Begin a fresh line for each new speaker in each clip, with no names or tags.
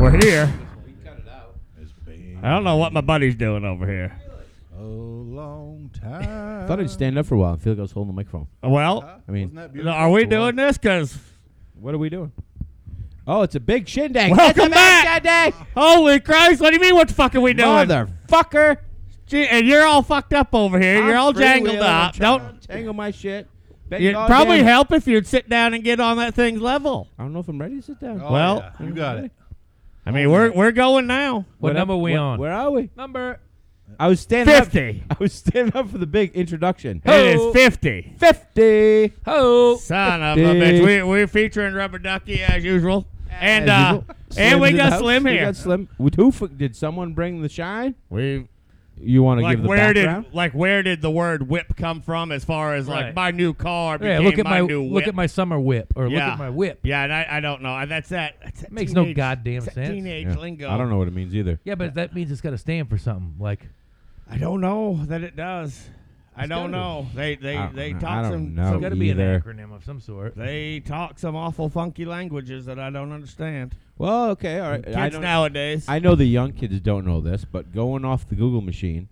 We're here.
We cut it out.
It's been
I don't know what my buddy's doing over here.
a long time.
Thought I'd stand up for a while. I feel like I was holding the microphone.
Well,
I mean,
Wasn't that beautiful?
are we doing this? Because
What are we doing? Oh, it's a big shindig.
Welcome
it's a big
back!
shindig.
holy Christ, what do you mean? What the fuck are we doing?
Motherfucker.
Gee, and you're all fucked up over here. you're
I'm
all jangled
freewheeling.
up.
I'm trying
Don't.
to Tangle my shit. Bet
It'd
you all
probably
damn-
help if you'd sit down and get on that thing's level.
I don't know if I'm ready to sit down.
Oh,
Well-
yeah. you got it.
I mean, we're we're going now.
Oh, What, number
up-
we
where-
on?
Where are we?
Number.
I was standing
Fifty.
up. I was standing up for the big introduction.
It
Oh.
is fifty.
50.
Oh.
Son of a bitch. We we're featuring Rubber Ducky as usual, and
As
uh,
usual.
and
Slim's
we
in the
got
house.
Slim
We
here.
got Slim. With Who f- did someone bring the shine?
We
You want to
like
give the
where
background?
did like where did the word whip come from? As far as like
Right.
my new car
Yeah,
became
look at my,
new whip.
look at my summer whip or look
Yeah.
at my whip.
Yeah, and I, I don't know. I- That's that. That's that
Makes no
teenage,
goddamn
that's that
sense.
Teenage
Yeah.
lingo.
I don't know what it means either.
Yeah, but that means it's got to stand for something. Like
I don't know that it does. I don't know. They they
I-
they
I
talk
don't
some,
know.
it's
some
got to be an
Oh, either.
acronym of some sort.
they talk some awful funky languages that I don't understand.
Well, okay, all right. I
Kids
don't,
nowadays.
I know the young kids don't know this, but going off the Google machine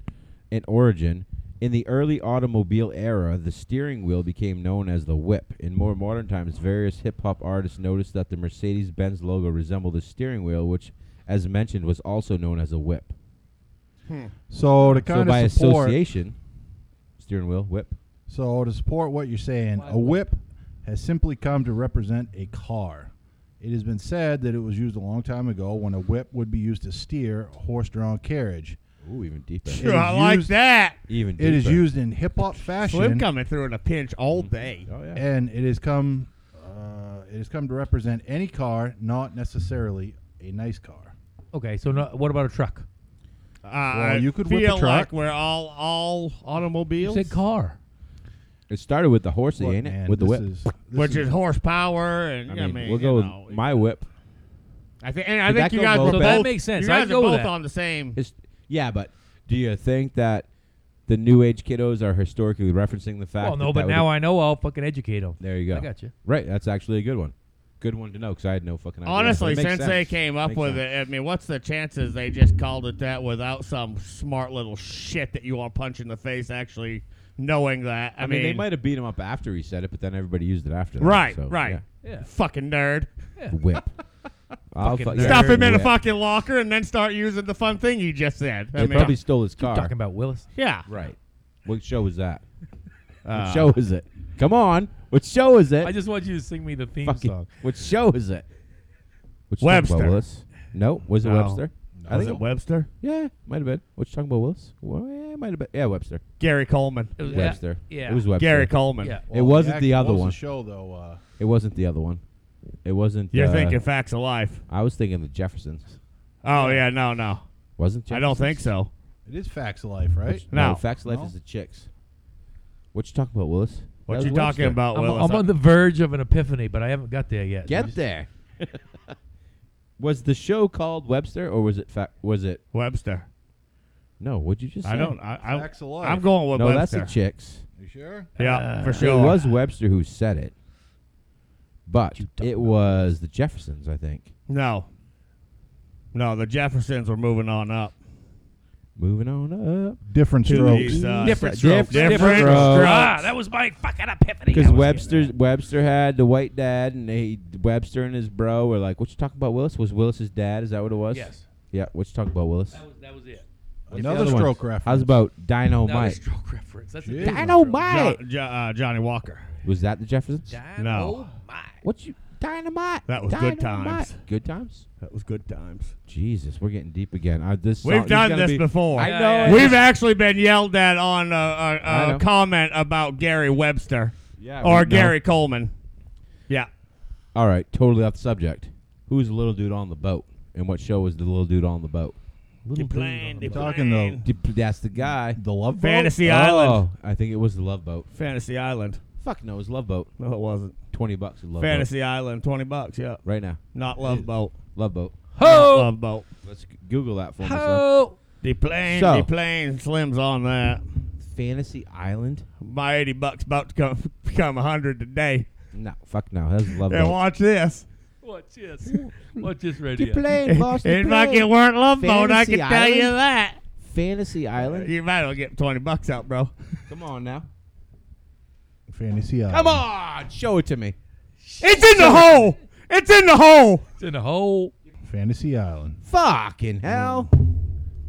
in origin, in the early automobile era, the steering wheel became known as the whip. In more modern times, various hip hop artists noticed that the Mercedes Benz logo resembled a steering wheel, which, as mentioned, was also known as a whip.
So to
so,
kind
by
of support,
association, steering wheel, whip.
so to support what you're saying, a whip has simply come to represent a car. It has been said that it was used a long time ago when a whip would be used to steer a horse-drawn carriage.
Ooh, even deeper.
Sure,
is
I like
used-
that.
even
It is
deeper.
used in hip-hop
Slim
fashion,
coming through in a pinch all day.
Oh, yeah.
and it has come, uh, it has come to represent any car, not necessarily a nice car.
Okay, so no, what about a truck?
Uh,
Well, you could
I
whip a
feel
truck.
like we're all all
You
automobiles,
said car.
It started with the horsey,
Look,
ain't it?
man,
with the
this
whip.
is- this
which is horsepower, and I mean, you
we'll go
know,
with my whip.
I think, and I
Did
think
that
you
go
guys
both
were
So
both.
that
makes sense.
You
I
guys are
can go with
both
that.
on the same.
It's, yeah, but do you think that the new age kiddos are historically referencing the fact?
Well, no,
that
but now I know I'll fucking educate them.
there you go.
I got you.
Right, that's actually a good one. Good one to know because I had no fucking idea.
Honestly,
It makes
since they
sense.
came up
Makes
with
sense.
it, I mean, what's the chances they just called it that without some smart little shit that you want to punch in the face actually knowing that? I,
I, mean,
mean,
they might have beat him up after he said it, but then everybody used it after. That,
Right,
so,
right.
Yeah.
Fucking nerd.
yeah. Whip. I'll
Fucking
fuck-
nerd.
yeah,
Stuff him in a
whip.
fucking locker and then start using the fun thing you just said. I
They
mean,
probably stole his car.
Talking about Willis.
yeah.
Right. What show was that?
Uh,
what show is it? Come on. What show is it?
I just want you to sing me the theme
fucking.
song.
What show is it? What you talking
Webster.
about, Willis? No, was it
No.
Webster? I
Was
think
it Webster?
Yeah, might have been. What you talking about, Willis? Well, yeah, might have been. Yeah, Webster.
Gary Coleman.
It was- yeah,
Webster.
Yeah.
It was Webster.
Gary Coleman.
Yeah.
It wasn't
act-
the
what
other
was
one.
show though. Uh,
It wasn't the other one. It wasn't.
You're
uh,
thinking facts of life.
I was thinking the Jeffersons.
Oh, yeah, no, no.
Wasn't. Jeffersons?
I don't think so.
it is facts of life, right?
No.
Facts of Life
No?
is the chicks. What you talking about, Willis?
What
That
you
was
talking
Webster.
about,
I'm,
Willis?
I'm on the verge of an epiphany, but I haven't got there yet.
Get there. was the show called Webster or was it? Fa- was it?
Webster.
No. What'd you just?
I
say?
don't. I, I,
Facts of life.
I'm going with
No, that's
Webster.
the chicks.
You sure?
Yeah,
Uh,
for
it
sure.
It was Webster who said it, but
You don't
it
know.
was the Jeffersons, I think.
No. No, the Jeffersons were moving on up.
Moving on up.
Different
To the
strokes.
east side.
Different
Different
strokes. Different
strokes.
strokes.
Ah, that was my fucking epiphany. I
Because
was
Webster
getting
Webster had the white dad, and he Webster and his bro were like, "What you talking about, Willis? Was Willis's dad? Is that what it
at.
was?
Yes.
Yeah. What you talking about, Willis?
That was, that was it.
What's the
Another
other one?
stroke reference.
How's about Dino
That was
Mike?
stroke reference. That's
Jeez.
a different
Oh, Dino Mike.
reference.
Jo- Jo- uh, Johnny Walker.
Was that the Jeffersons?
Dino
No.
Mike.
What you? Dynamite.
That was good
Dynamite.
times.
Good times.
That was good times.
Jesus, we're getting deep again. I, this song
We've
is
done
gonna
this
be-
before.
I
Yeah,
know.
yeah,
it.
We've actually been yelled at on uh, a, a,
know.
a comment about Gary Webster
Yeah, we
or
know.
Gary Coleman. Yeah.
All right, totally off the subject. Who's the little dude on the boat? And what show was the little dude on the boat?
Little
Deplan,
dude on the-
Talking
Deplan.
D- That's the guy.
The love boat?
Fantasy Island.
Oh, I think it was the Love Boat.
Fantasy Island.
Fuck no, it was Love Boat.
No, it wasn't.
Twenty bucks. At Love
Fantasy Island, 20 bucks. Yeah.
Boat. Right now,
Not Love Boat.
Love Boat.
Not
Ho!
Love Boat.
Let's g- Google that for me. son.
Ho!
The plane,
So-
the plane slims on that.
Fantasy Island?
My 80 bucks about to come become 100 today.
No, fuck no. That's Love
And
Boat.
watch this.
Watch this. Watch this right
Keep
here.
playing, boss. keep
It fucking
playing.
weren't love boat, I
Fantasy
can tell you
Island?
that.
Fantasy Island.
You might as well get 20 bucks out, bro.
Come on now.
Fantasy Island.
Come on, show it to me.
It's in the hole! It's in the hole!
It's in a hole.
Fantasy Island.
Fucking hell.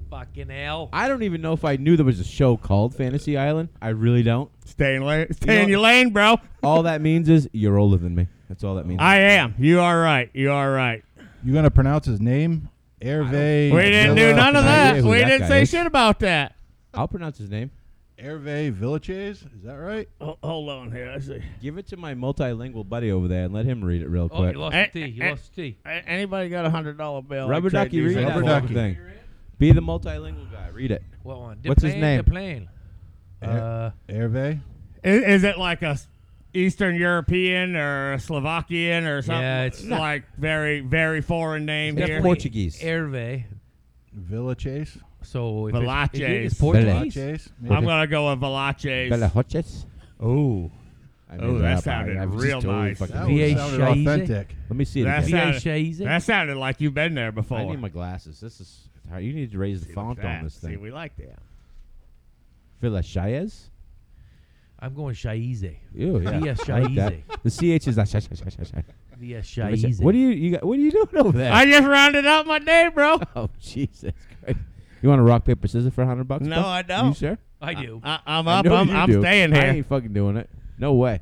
Fucking hell.
I don't even know if I knew there was a show called Fantasy Island. I really don't.
Stay in, la- stay
You
in
know-
your lane, bro.
All that means is you're older than me. That's all that means.
I am. You are right. You are right.
You gonna pronounce his name? Hervé.
We didn't do
Villa-
none of
no
that.
idea who
We
that
didn't
guy
say
is.
shit about that.
I'll pronounce his name.
Hervé Villaches. Is that right?
hold on here. I see.
Give it to my multilingual buddy over there and let him read it real
Oh,
quick.
you lost
Eh,
the T. You
eh,
lost the T.
Anybody got a hundred dollar bill?
Rubber
Trade
ducky,
these
read
out.
that
Rubber
fucking
ducky.
thing. Be the multilingual guy. Read it.
What one?
What's his
Deplane,
name?
Deplane. Uh,
Hervé.
I- Is, it like a s- Eastern European or a Slovakian or something?
Yeah, it's-
like very, very foreign name
It's
here.
definitely- Portuguese.
Hervé.
Villaches.
So if it's-
Velaces.
if it is Portuguese.
Villaches.
I'm gonna go with Valaches.
Belahoches.
Ooh,
I
Oh,
made
that
up.
sounded
I- I was
real
just totally
nice.
fucking
That
with
VA
one
it.
sounded
Shays.
authentic.
Let me see it
That
again.
sounded-
Villaces.
that sounded like you've been there before.
I need my glasses. This is how you need to raise the
Look at
font
that.
on this
See,
thing.
we like that.
Villa Shaez?
I'm going Shaize.
Ew, yeah.
Villa
I like that.
Shaez.
The CH is like sh- sh- sh- sh- sh- Villa
Via Shaize.
Sha- What are you you got, what are you doing over there?
I just rounded out my day, bro.
oh Jesus Christ. You want to rock paper scissors for a hundred bucks?
No,
Buck?
I
You
don't.
sure?
I do.
I, I'm
I
up.
know
I'm,
you
I'm
do.
staying
I
here.
ain't fucking doing it. No way.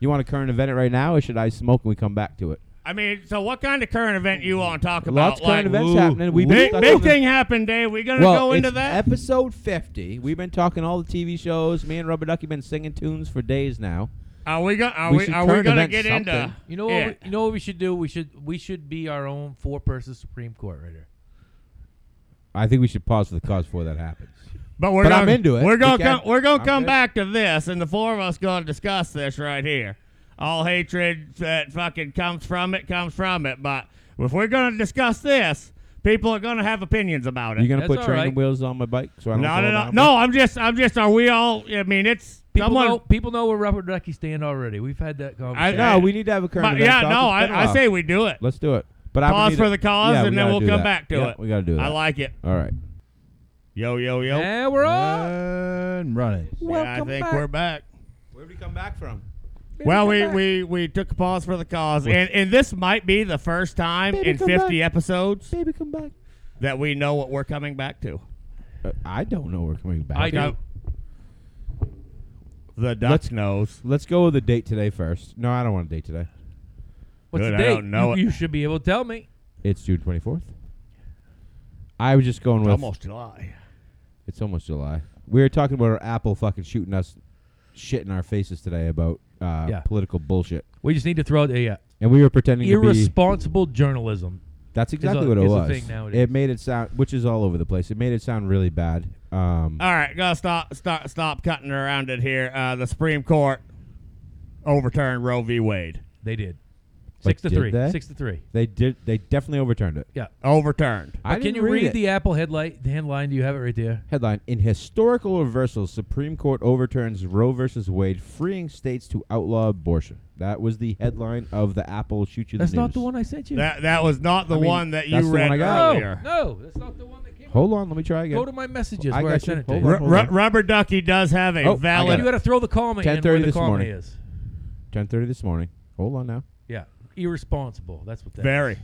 You want a current event it right now, or should I smoke and we come back to it?
I mean, so what kind of current event you want to talk about?
Lots of current events happening. We've been
big,
stuck
big
on the-
thing happened, Dave. We gonna
well,
go into
it's
that?
episode fifty. We've been talking all the TV shows. Me and Rubber Ducky been singing tunes for days now.
Are we gonna? Are
We
we?
should
are we
current
gonna
event
get into?
something.
You know what?
Yeah.
We, you know what we should do? We should we should be our own four-person Supreme Court right here.
I think we should pause for the cause before that happens.
But we're
But
gonna,
I'm into it.
We're gonna
We
come,
can.
we're gonna
I'm
come
good.
back to this, and the four of us gonna discuss this right here. All hatred that fucking comes from it comes from it. But if we're gonna discuss this, people are gonna have opinions about it.
You gonna
That's
put
all
training
right.
wheels on my bike so I don't?
no,
fall
no, no,
down?
no. I'm just, I'm just. Are we all? I mean, it's
People
someone.
know people know where Robert Ducky stand already. We've had that
I-
conversation.
No, we need to have a current
but
event.
yeah,
talk.
no.
It's been a
I, I
while.
say we do it.
Oh, let's do it. But I would
Pause
need
for
to-
the cause,
yeah, we
and then
gotta
we'll
do
come
that.
back to
Yeah,
it.
We gotta do that.
I like it.
All right.
Yo, yo, yo. Yeah,
And we're on.
And running.
I think we're back.
Where did we come back from?
Well, we, we, we took a pause for the cause, and, and this might be the first time
Baby,
in
come
50
back.
episodes
Baby, come back.
that we know what we're coming back to.
Uh, I don't know. We're coming back.
I
to.
do.
The duck
Let's-
knows.
Let's go with the date today first. No, I don't want a date today.
What's
Good,
the
I
date?
don't know
you,
it.
you should be able to tell me.
It's June twenty fourth. I was just going with.
Almost July.
It's almost July. We were talking about our Apple fucking shooting us, shit in our faces today about uh,
Yeah.
political bullshit,
We just need to throw out a uh,
and we were pretending to be.
irresponsible journalism.
That's exactly
a-
what it
is a
was.
thing nowadays.
it made it sound, which is all over the place. It made it sound really bad. Um,
Uh,
All right, gotta stop stop stop cutting around it here. Uh, the Supreme Court overturned Roe v. Wade.
They did.
Like,
Six to
did
three.
they?
Six to three.
they did. They definitely overturned it.
Yeah.
Overturned.
I
Can
didn't
you read,
it.
the Apple headlight the headline? Do you have it right there?
Headline: In historical reversal, Supreme Court overturns Roe versus Wade, freeing states to outlaw abortion. That was the headline of the Apple shoot you the
That's not
news.
the one I sent you.
That that was not the
I mean,
one that
that's
you
the one
read
I got.
no,
earlier.
no, that's not the one that came. up.
Hold on, let me try again.
Go to my messages
I
where I
got you.
sent it to
Hold
you.
on.
Ru- ru- rubber ducky does have a
Oh, I
valid.
You got to throw the comma in
10:30
where the
this
comma
morning.
is.
10:30 this morning. Hold on now.
Yeah. Irresponsible. That's what that
Very.
is.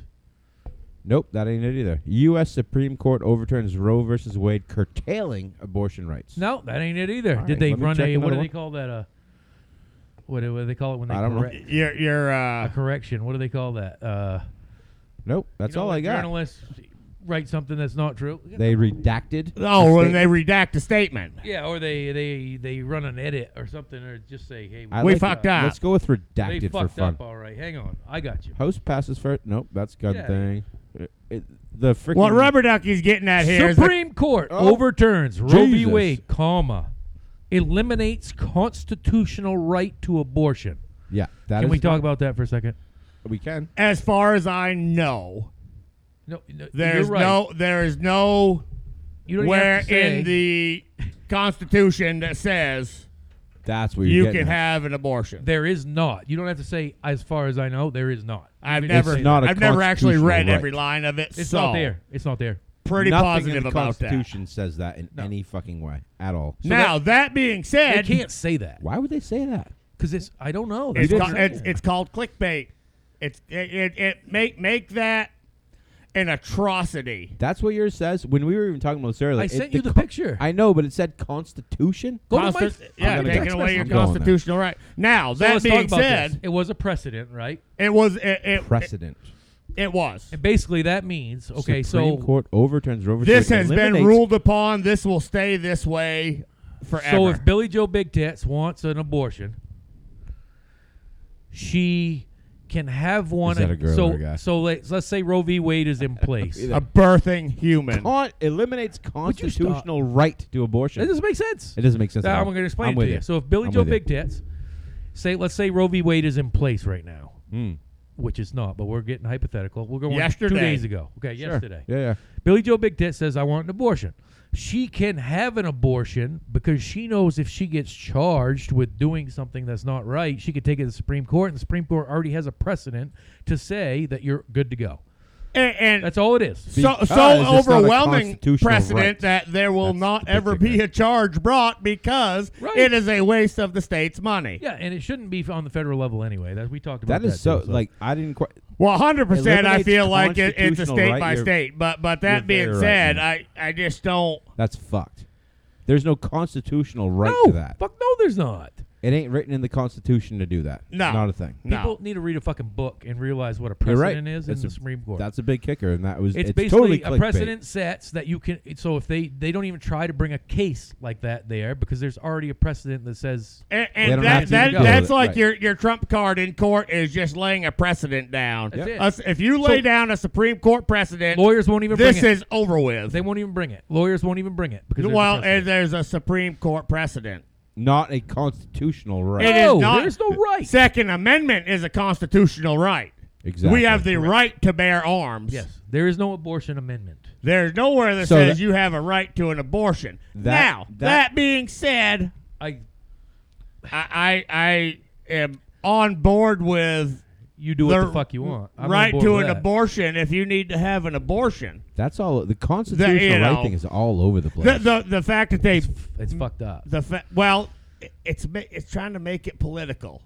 Nope, that ain't it either. U.S. Supreme Court overturns Roe versus Wade, curtailing abortion rights.
No, that ain't it either.
All right,
Did they
let me
run
check
a what
another
do they
one.
call that? Uh, what do, what do they call it when they
I don't know.
correct
You're you're
a
uh,
correction? What do they call that? Uh,
Nope, that's
you know,
all
when
I got.
Journalists write something that's not true.
They redacted.
oh
the
when they
state-
redact a statement.
yeah, or they they they run an edit or something, or just say, hey,
I
We
like
fucked
it.
up.
Let's go with
they
redacted for
fucked
fun.
up. All right, hang on, I got you.
Host passes first. Nope, that's a good
Yeah.
thing. It- it- the freaking
What rubber ducky's getting at here is the
Supreme Court
Oh.
overturns Roe v.
Jesus.
Wade, comma, eliminates constitutional right to abortion.
Yeah, that
Can we
is-
talk about that for a second?
We can.
as far as I know,
No, no
there's
you're right.
no there is no
you don't even
where
have to say-
in the Constitution that says
That's what you're
you
getting
can
at.
have an abortion.
There is not. You don't have to say, as far as I know, there is not.
I've
Even if
never,
you say
not a
I've never actually
constitutional
read
right.
every line of it.
that. It's
so
not there. It's not there.
Pretty
Nothing
positive
in the
about that.
Constitution says that in
No.
any fucking way at all. So
now that, being
They
said,
can't say that
why would they say that?
because it's. I don't know.
it's,
That's
ca-
what I'm
it's,
saying.
it's called clickbait. It's it, it, it make make that an atrocity.
That's what yours says. When we were even talking about this earlier,
I
it-
sent you the
co-
picture.
I know, but it said Constitution.
Go to
Consti-
my-
yeah,
I'm gonna
taking
text
away
message.
your
I'm going there.
constitutional right. Now
So
that
let's talk
being
about this.
said,
it was a precedent, right?
it was it it, it,
Precedent.
it was.
And basically, that means okay.
Supreme
so
Court overturns Roe v.
This
Wade,
has been
eliminates-
ruled upon. This will stay this way forever.
So if Billy Joe Big Tits wants an abortion, she can have one.
that a girl
so
or a guy?
so let's, let's say Roe v. Wade is in place.
Either-
that
a birthing human,
Con- eliminates
you stop?
constitutional right to abortion.
doesn't make sense.
It doesn't make sense. at
Now,
all.
I'm going to explain
I'm
it
with
to you.
you.
So if Billy
I'm
Joe
with you.
Big Tits, say let's say Roe v. Wade is in place right now,
Mm.
which it's not, but we're getting hypothetical. We're going two
Yesterday.
days ago. Okay,
Sure.
yesterday.
Yeah, yeah.
Billy Joe Big Tit says, I want an abortion. She can have an abortion because she knows if she gets charged with doing something that's not right, she could take it to the Supreme Court, and the Supreme Court already has a precedent to say that you're good to go.
and, and
That's all it is.
so
Because it's
so
not a
overwhelming
constitutional
precedent
right.
that there will
That's
not
the
ever be
particular.
a charge brought because
Right.
it is a waste of the state's money.
Yeah, and it shouldn't be on the federal level anyway. That we talked about.
That
That
is so.
too,
Like I didn't quite.
Well, hundred percent, I
Eliminates
feel like it, it's a
constitutional
state
right.
by
You're-
state. But but
you're
that being
very right,
said,
man.
I I just don't.
That's fucked. There's no constitutional right to
no,
that.
fuck no, there's not.
It ain't written in the Constitution to do that.
No.
not a thing.
No.
People need to read a fucking book and realize what a
You're
precedent
right.
is
That's
in
a-
the Supreme Court.
That's a big kicker, and that was
it's,
it's,
basically
totally
a
clickbait.
precedent sets that you can. So if they they don't even try to bring a case like that there because there's already a precedent that says
And,
don't
and
have
that,
to
that
go.
that's
Right.
like your your trump card in court is just laying a precedent down.
That's Yep. it.
Us- if you lay
So-
down a Supreme Court precedent,
lawyers won't even.
this
bring it.
is over with.
They won't even bring it. Lawyers won't even bring it because there's a
well,
precedent.
and there's a Supreme Court precedent.
Not a constitutional right.
uh, It is
no,
not-
there's no right.
Second Amendment is a constitutional right.
Exactly.
We have the right to bear arms.
Yes, there is no abortion amendment.
There's nowhere that
So
says
that-
you have a right to an abortion.
That-
now, that,
that-
being said,
I
I I, I am on board with
you do what
The
the fuck you want. I'm on
right
board
to
with
an
that.
abortion if you need to have an abortion.
That's all. The constitutional
know,
right thing is all over the place.
The the, the fact that they
It's fucked up.
the fa- well, i- it's ma- it's trying to make it political.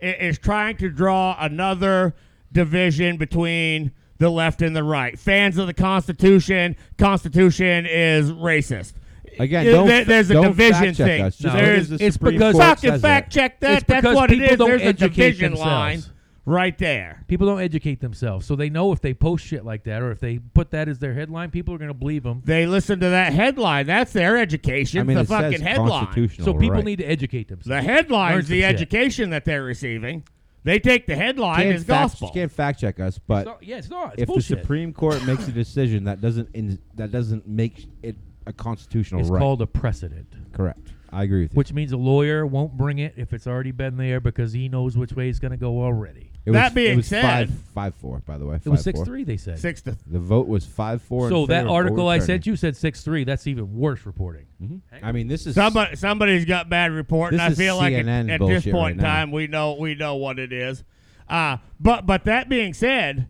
It- it's trying to draw another division between the left and the right. Fans of the Constitution, Constitution is racist.
Again,
It-
don't
there- there's a
don't
division
fact check
thing.
Us. Just
No.
There's-
because the
it's
Supreme
because-
Court
Fucking
says
fact
that.
check that.
It's
That's
because
what it
people
is.
don't
There's a
educate
division line
themselves.
right there.
People don't educate themselves, so they know if they post shit like that or if they put that as their headline, people are gonna believe them.
They listen to that headline. That's their education.
I mean,
the
it
fucking
says
headline.
constitutional
So people
right.
need to educate themselves.
The headline's
Learn some
the
shit.
education that they're receiving. They take the headline
can't
as
fact,
gospel.
Can't fact check us,
It's
but
not- yeah, it's not. It's
if
bullshit.
the Supreme Court makes a decision that doesn't in, that doesn't make it a constitutional
it's
right,
called a precedent,
correct. I agree with you.
which means a lawyer won't bring it if it's already been there because he knows which way it's gonna go already.
it
that
was,
being
it was
said-
five, five four. By the way,
It was
five,
six
four.
three. They said
Six to
The vote was five four. in
So that
favor of
article I
overturning.
sent you said six three. That's even worse reporting.
Mhm. I mean, this is
Somebody, somebody's got bad report, and
This
I
is
feel like at,
CNN
at this
bullshit
point
right
in
now.
time, we know we know what it is. Uh, but but that being said,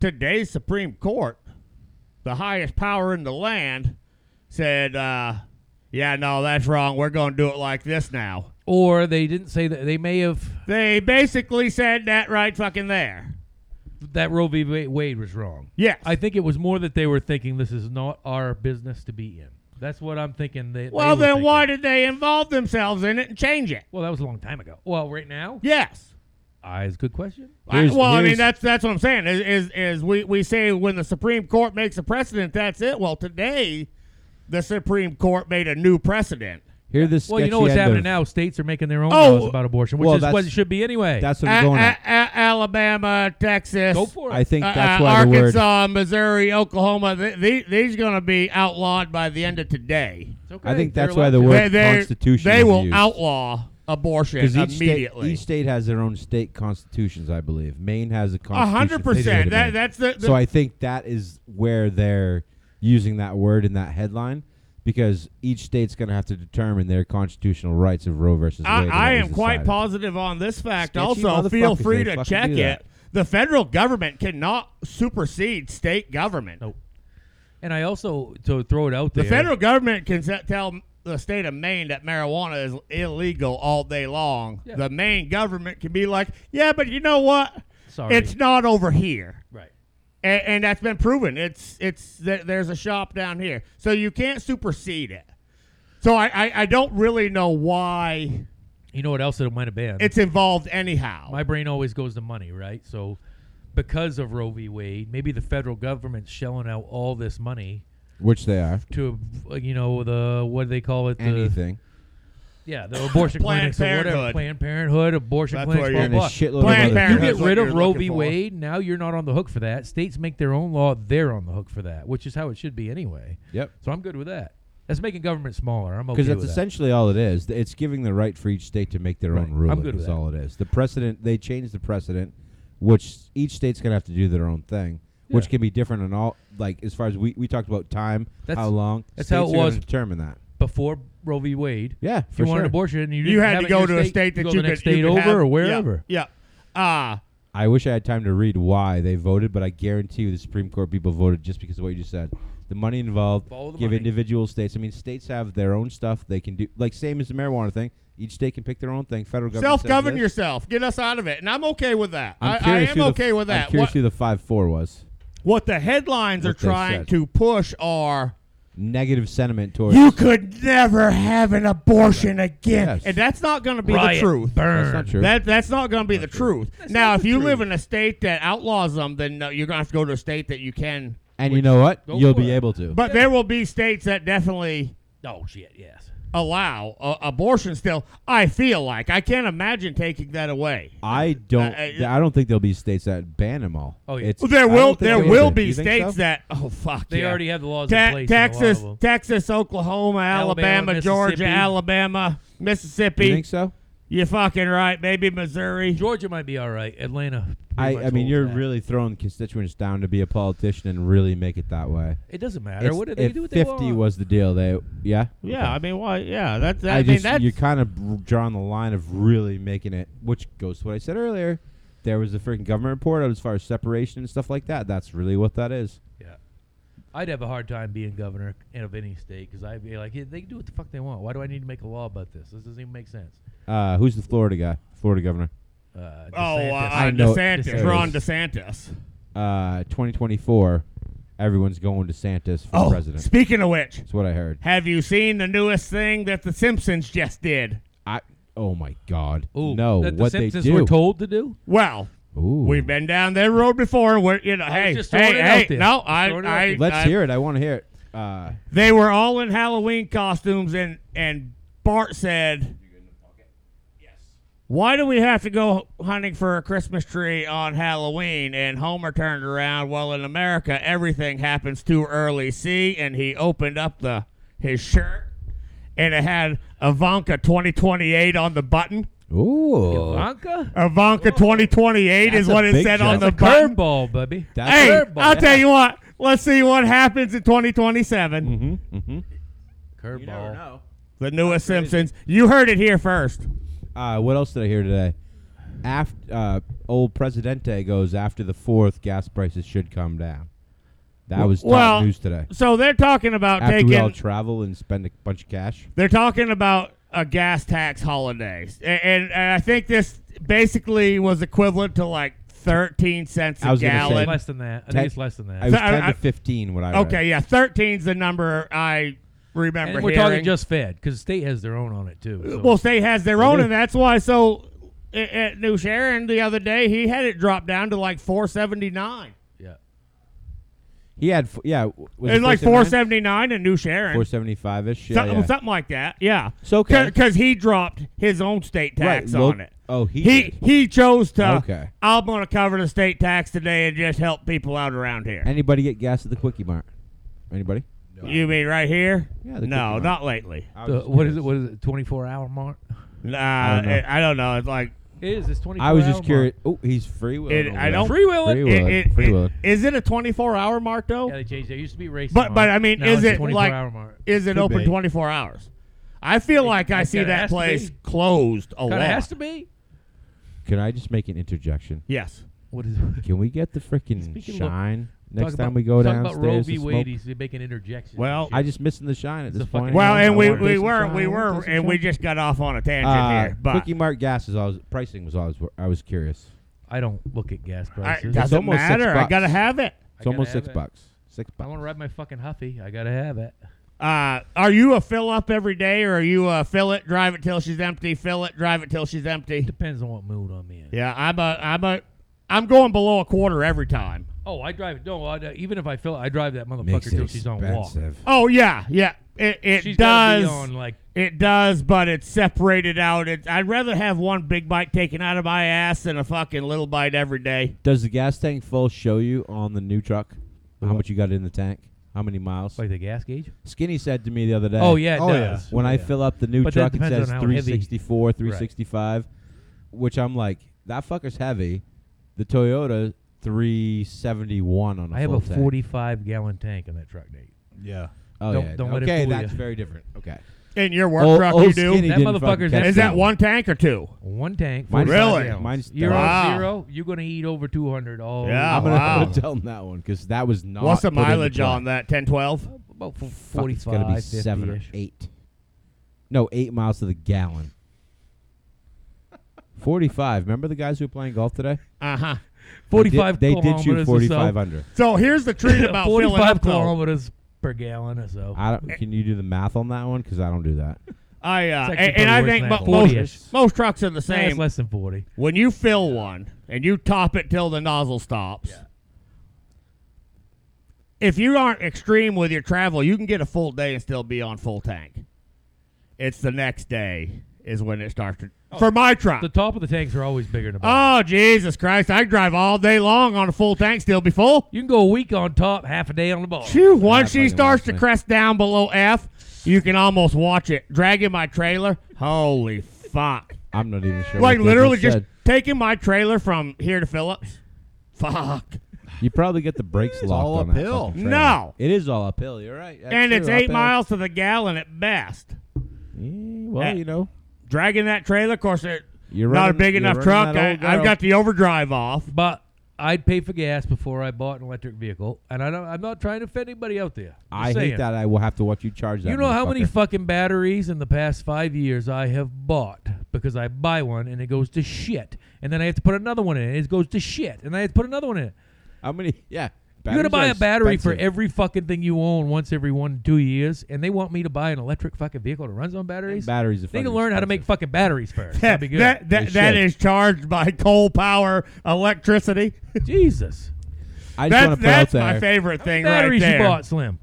today's Supreme Court, the highest power in the land, said, uh, "Yeah, no, that's wrong. We're going to do it like this now."
Or they didn't say that they may have
They basically said that right fucking there.
that Roe v. Wa- Wade was wrong.
Yes,
I think it was more that they were thinking this is not our business to be in. That's what I'm thinking. They, they
well,
were
then
thinking.
why did they involve themselves in it and change it?
Well, that was a long time ago. Well, right now,
Yes.
I is a good question.
I-
Here's-
well, I mean
here's-
that's that's what I'm saying is is, is we, we say when the Supreme Court makes a precedent, that's it. Well, today the Supreme Court made a new precedent.
Here, this
Well, you know
sketchy
what's
end
happening
of-
now. States are making their own
Oh,
laws about abortion, which
well,
is what
that's-
it should be anyway.
That's
A-
what I'm going
a-
at.
a- Alabama, Texas,
go for it.
I think
Uh, uh,
that's
uh,
why the word.
Arkansas, Missouri, Oklahoma. Th- th- these going to be outlawed by the end of today.
It's okay.
I think
They're
that's why
allowed
the
to.
word
They- they-
constitution.
They
is
will
used.
outlaw abortion
Because each state,
immediately.
each state has their own state constitutions, I believe. Maine has a
A
constitution.
hundred
for the state
percent.
of
That
Maine.
that's the, the
so I think that is where they're using that word in that headline because each state's going to have to determine their constitutional rights of Roe versus Wade.
I,
and
I
how it
am
was
quite
decided.
positive on this fact.
Sketchy
also, feel
motherfuckers,
free
they
to
fucking
check
do
it.
that.
The federal government cannot supersede state government.
Nope. And I also to throw it out
The
there.
federal government can se- tell the state of Maine that marijuana is illegal all day long.
Yeah.
The Maine government can be like, yeah, but you know what?
Sorry.
It's not over here.
right.
And, and that's been proven. It's it's th- there's a shop down here, so you can't supersede it. So I, I, I don't really know why
You know what else it might have been?
it's involved anyhow.
my brain always goes to money, right? So because of Roe v. Wade, maybe the federal government's shelling out all this money
Which they are.
to, uh, you know, the what do they call it? The,
Anything.
Yeah, the abortion
Planned
clinics or whatever.
Parenthood.
Planned Parenthood, abortion
That's where
clinics,
you're
blah
and a shitload
blah.
Planned
of
You
other
Parenthood.
get
That's what
rid of
you're
Roe
looking
v.
for.
Wade, now you're not on the hook for that. States make their own law; they're on the hook for that, which is how it should be anyway.
Yep.
So I'm good with that. That's making government smaller. I'm okay
Because that's
with that.
essentially all it is. Th- It's giving the right for each state to make their
Right.
own
I'm
ruling.
good with
is
that.
all it is. The precedent they changed the precedent, which each state's gonna have to do their own thing,
Yeah.
which can be different in all. Like as far as we, we talked about time,
That's-
how long.
that's how
states
it
are gonna
was.
determine that.
Before Roe v. Wade,
Yeah,
if
for
you wanted
sure.
an abortion, you,
you
didn't
had
have
to
it in
go
your
to a state that
go
you
the next
could,
state
you could
over
have-
or
yeah,
wherever.
Yeah. Ah.
I wish I had time to read why they voted, but I guarantee you the Supreme Court people voted just because of what you just said. The money involved,
Follow the
give
money.
individual states. I mean, states have their own stuff they can do. Like same as the marijuana thing, each state can pick their own thing. Federal government says
Self-govern
this.
yourself. Get us out of it, and I'm okay with that.
I'm
I, I
curious
am
who the f-
okay with that.
I'm curious
What,
who the five four was.
what the headlines are
What they
trying
said.
to push are
Negative sentiment towards.
you could never have an abortion again,
Yes.
and that's not going to be
Riot,
the truth.
burn.
That's not true.
That that's not going to be the truth. now, if you live in a state that outlaws them, then no, you're going to have to go to a state that you can.
and you know what?
Go
You'll
for
be
it.
able to.
But there will be states that definitely
Oh shit, yes.
allow uh, abortion. Still, I feel like I can't imagine taking that away.
I don't.
I-
I, don't think there'll be states that ban them all.
Oh, yeah.
It's-
Well, there
I don't
will
think
there
there
will
is.
be
You think
states
so?
that oh fuck
They
yeah.
already have the laws
Ta-
in place. in a lot of
Texas,
them.
Texas, Oklahoma, Alabama,
Alabama,
Georgia,
Mississippi.
Alabama, Mississippi.
You
You
think so?
fucking right. Maybe Missouri.
Georgia might be all right. Atlanta. pretty
I, I
much
mean,
holds
you're
that.
really throwing constituents down to be a politician and really make it that way.
It doesn't matter.
It's-
What did they
if
do with
fifty was the deal, they yeah
Yeah, I
Okay.
mean, why? Yeah, that's. That, I,
I,
mean,
just
that's.
you're kind of drawing the line of really making it, which goes to what I said earlier. There was a freaking government report out as far as separation and stuff like that. That's really what that is.
Yeah. I'd have a hard time being governor and of any state because I'd be like, yeah, they can do what the fuck they want. Why do I need to make a law about this? This doesn't even make sense.
Uh, who's the Florida guy? Florida governor.
Uh,
oh, uh,
DeSantis.
uh,
know-
DeSantis,
DeSantis.
Ron DeSantis.
Uh, 2024. Everyone's going to Santas for
Oh,
president.
speaking of which,
That's what I heard.
have you seen the newest thing that the Simpsons just did?
I oh my god.
Ooh,
no,
that
what
the
they
Simpsons
do?
were told to do.
Well,
Ooh.
we've been down that road before. Where you know,
I was
hey,
just throwing
hey,
it out
hey,
there.
no,
Just
I,
throwing it out
I,
there.
Let's
I,
hear it. I want to hear it. Uh,
They were all in Halloween costumes, and and Bart said, "Why do we have to go hunting for a Christmas tree on Halloween?" And Homer turned around. Well, in America, everything happens too early. See, and he opened up the his shirt, and it had Ivanka 2028 on the button.
ooh.
Uh,
Ivanka?
Ivanka 2028 is
That's a
what it
big
said on
jump.
the
That's
button.
Curveball, baby.
That's
Hey,
curveball.
I'll tell you what. Let's see what happens in 2027.
Mm-hmm, mm-hmm.
curveball.
The newest Simpsons. You heard it here first.
Uh, what else did I hear today? After uh, old Presidente goes after the fourth, gas prices should come down. That was top
Well,
news today.
So they're talking about
After we all
taking.
travel and spend a bunch of cash,
they're talking about a gas tax holiday, A- and, and I think this basically was equivalent to like thirteen cents
I
a
was gonna say-
gallon.
Less than that. I
Tech-
think it's less than that.
I was
So I-
ten
I-
to fifteen. What I read.
okay, yeah, thirteen's the number I remember.
and we're
hearing.
talking just Fed because state has their own on it too. so-
well, state has their own,
do.
and that's why. So a- at New Sharon the other day, he had it dropped down to like four seventy nine.
yeah.
He had f- yeah, w- was
It's like four
four
seventy nine in New Sharon.
four seventy five ish. Yeah,
something,
yeah.
something like that. Yeah.
So, okay.
because he dropped his own state
Right,
tax
well,
on it.
Oh, he,
He
did.
he chose to.
Okay.
I'm gonna cover the state tax today and just help people out around here.
Anybody get gas at the quickie mart? Anybody?
you mean right here?
Yeah, the
no,
cookie
not lately.
I was
The,
just
what is
curious.
it? What is it? Twenty four hour mark?
Nah,
don't know.
I I don't know. It's like
It is. It's 24
I was
hour
just
mark.
curious. Oh, he's free will.
It- I don't-
Free will it.
Free
It-
will.
it- it-
free will.
is it a 24 hour mark though?
Yeah, they changed. It It used to be race.
But-
mark.
but, I mean,
Now
is
it's a
it
24
like-
hour mark?
is it
Could
open
be.
24 hours? I feel like I
it
see
kinda
that
has to
place
be.
closed a
Kind of
lot.
has to be.
Can I just make an interjection?
Yes.
What is?
Can we get the freaking
Speaking of-
shine next
Talk
time
about-
we go
talk
downstairs?
about Roe v.
to smoke?
Wade. He's making interjections.
Well,
I just missing the shine at
It's a
this
fucking-
point.
Well,
know, I
and we,
wanna
we
taste some
were
shine,
we
I wanna
were
taste some
and we
shine.
just got off on a tangent
uh,
here. But
quickie mark gas is always pricing was always I was curious.
I don't look at gas
I,
prices. I,
that's-
doesn't
almost six
matter. I
bucks.
gotta have it.
It's
gotta
almost
have
six
it.
bucks. Six bucks.
want to ride my fucking Huffy. I gotta have it.
Uh, are you a fill up every day, or are you a fill it, drive it till she's empty, fill it, drive it till she's empty?
Depends on what mood I'm in.
Yeah, I'm a I'm a I'm going below a quarter every time.
Oh, I drive. No, I, even if I fill, I drive that motherfucker
Makes it
till she's on walk.
expensive.
Oh yeah, yeah. It it
She's gotta
does.
be on like
It does, but it's separated out. It, I'd rather have one big bite taken out of my ass than a fucking little bite every day.
Does the gas tank full show you on the new truck how
what?
much you got in the tank? How many miles?
like the gas gauge.
Skinny said to me the other day.
Oh yeah, it
Oh, yeah.
does.
When I
Yeah.
fill up the new
But that
truck, it
depends
says
on how heavy.
364, 365, which I'm like, that fucker's heavy. The Toyota 371 on a
I have
full
a
tank.
45 gallon tank on that truck, Nate.
Yeah.
Oh,
Don't-
yeah.
don't let it
okay,
fool
that's
you.
very different. Okay.
In your work
Old-
truck,
old
you do.
skinny
That
didn't
motherfucker's
fucking catch
that-
Is that one tank or two?
One tank.
Mine's
45
Really?
gallons.
Mine's
You're on
Wow.
zero. You're gonna eat over 200 all.
Yeah.
I'm gonna,
Wow.
I'm gonna tell him that one because that was not.
What's the
put in
mileage
truck.
on that? 10, 12?
About f-
Fuck, It's gotta
45,
be seven or
50-ish.
eight. No, eight miles to the gallon. Forty-five. Remember the guys who were playing golf today?
Uh huh.
Forty-five.
They did, they did
kilometers
shoot
or so.
forty-five under.
So here's the treat about filling
Forty-five
up. though.
kilometers per gallon or so.
I don't. Can you do the math on that one? Because I don't do that.
I uh,
It's
and,
actually
and I
probably
think mo-
worse than that.
most,
40-ish.
most trucks are the
Nah, it's
same.
less than 40.
when you fill one and you top it till the nozzle stops, if you aren't extreme with your travel, you can get a full day and still be on full tank. It's the next day is when it starts to, for my truck.
Oh. The top of the tanks are always bigger than the
Uh,
bottom.
oh Jesus Christ! I drive all day long on a full tank, still be full.
you can go a week on top, half a day on the bottom.
Phew, once
fucking
she starts to
lost me.
crest down below F, you can almost watch it dragging my trailer. Holy fuck!
I'm not even sure.
like
what that
literally just
said.
taking my trailer from here to Phillips. Fuck.
You probably get the brakes locked
all
on that
uphill.
fucking trailer.
No.
it is all uphill. You're right. That's
and it's
true,
eight
uphill.
miles to the gallon at best.
Yeah, well,
Eh.
you know,
Dragging that trailer, of course, it,
you're
not a
running-
big
you're
enough
running
truck. I,
that old
I've
girl.
got the overdrive off.
But I'd pay for gas before I bought an electric vehicle, and I don't, I'm not trying to offend anybody out there. Just
I
saying.
hate that. I will have to watch you charge that.
You know how many
motherfucker.
fucking batteries in the past five years I have bought because I buy one and it goes to shit, and then I have to put another one in it. It goes to shit, and I have to put another one in it.
How many? Yeah.
You're gonna
batteries
buy a
are
battery for
expensive.
every fucking thing you own once every one two years, and they want me to buy an electric fucking vehicle that runs on batteries.
batteries. Are
They need to
fucking
learn how to make
expensive.
fucking batteries first. That'd be good.
that that,
They
that
should.
is charged by coal power electricity.
Jesus.
I just
That's,
want to put out
that's
there.
my favorite thing right
batteries
there.
you bought, Slim.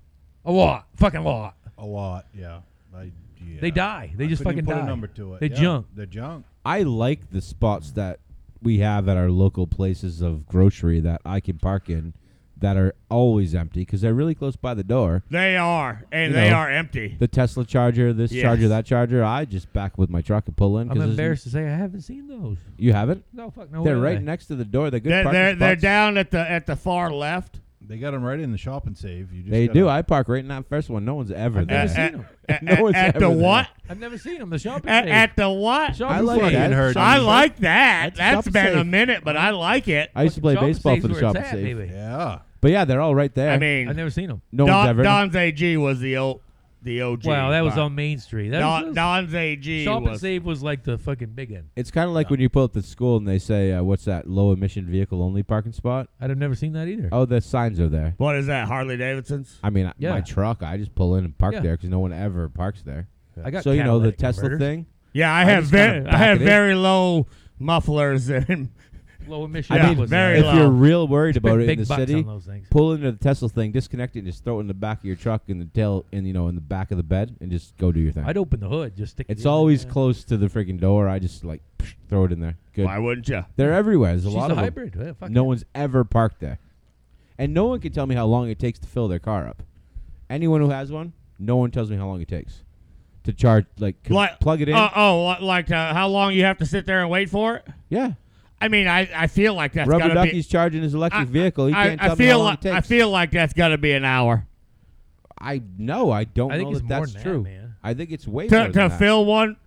A lot. Fucking lot.
A lot. Yeah. I, yeah.
They die. They
I
just
couldn't even
fucking
put
die.
a number to it.
They
yeah.
junk.
They're junk.
I like the spots that we have at our local places of grocery that I can park in that are always empty because they're really close by the door.
They are, and
You
they
know.
are empty.
The Tesla charger, this
Yes.
charger, that charger. I just back with my truck and pull in. 'cause
I'm
there's n-
embarrassed Oh, to say I haven't seen those.
You haven't?
No, fuck no.
they're
way
right
are they?
next to the door. They're good
They're,
parking
they're, they're
spots.
down at the at the far left.
They got them right in the shop and save. You just
They
gotta-
do. I park right in that first one. No one's ever there.
At,
never seen
at,
'em.
at-
No one's
at
ever
the
there.
what?
I've never seen them. The shopping
At,
save.
at the what?
Shopping
I like
save.
that.
Fucking hurt.
I like that.
That's
That's
shop
been a
safe.
minute, but I like it.
I used to play
Shopping
baseball
saves
for the
where it's
shop and
at,
save.
baby.
Yeah.
But yeah, they're all right there.
I mean,
I've never seen them.
no one's
Don,
ever.
Don's AG was the o, the OG.
Wow, that was
but
on Main Street. That
Don,
was,
Don's AG
shop and
was.
save was like the fucking big end.
it's kind of like when you pull up to school and they say, uh, "What's that low emission vehicle only parking spot?"
I'd have never seen that either.
Oh, the signs are there.
What is that? Harley Davidson's.
I mean, I-
Yeah.
my truck, I just pull in and park there
Yeah.
'cause there because no one ever parks there.
I got
so you know the
catalytic
Tesla
converters.
thing.
Yeah, I have
just kinda
very, I
back
have
it in.
very low mufflers and
Low emission.
I
that
mean,
was
very
if
nice.
low.
you're real worried
Spent
about it
big
in the
bucks
city,
on those things.
pull into the Tesla thing, disconnect it, and just throw it in the back of your truck in the tail, and you know, in the back of the bed, and just go do your thing.
I'd open the hood. Just stick. it
It's
in
always
there.
close to the freaking door. I just like psh, throw it in there. Good.
why wouldn't you?
They're everywhere. There's a
She's
lot
a
of them.
hybrid. Yeah, fuck
No
it.
one's ever parked there, and no one can tell me how long it takes to fill their car up. Anyone who has one, no one tells me how long it takes to charge, like, c-
Like
plug it in.
oh, Uh, oh, li- like uh, how long you have to sit there and wait for it?
Yeah.
I mean, I, I feel like that's
Rubber
gotta
Ducky's charging his
be. I-
electric vehicle. He
I,
can't
I
tell
feel
me how long
like,
it takes.
I feel like that's got to be an hour
I know. I don't
I think
know
it's
that
more
that's
than that,
true.
man.
I think it's way more
to,
than
to
that.
fill one.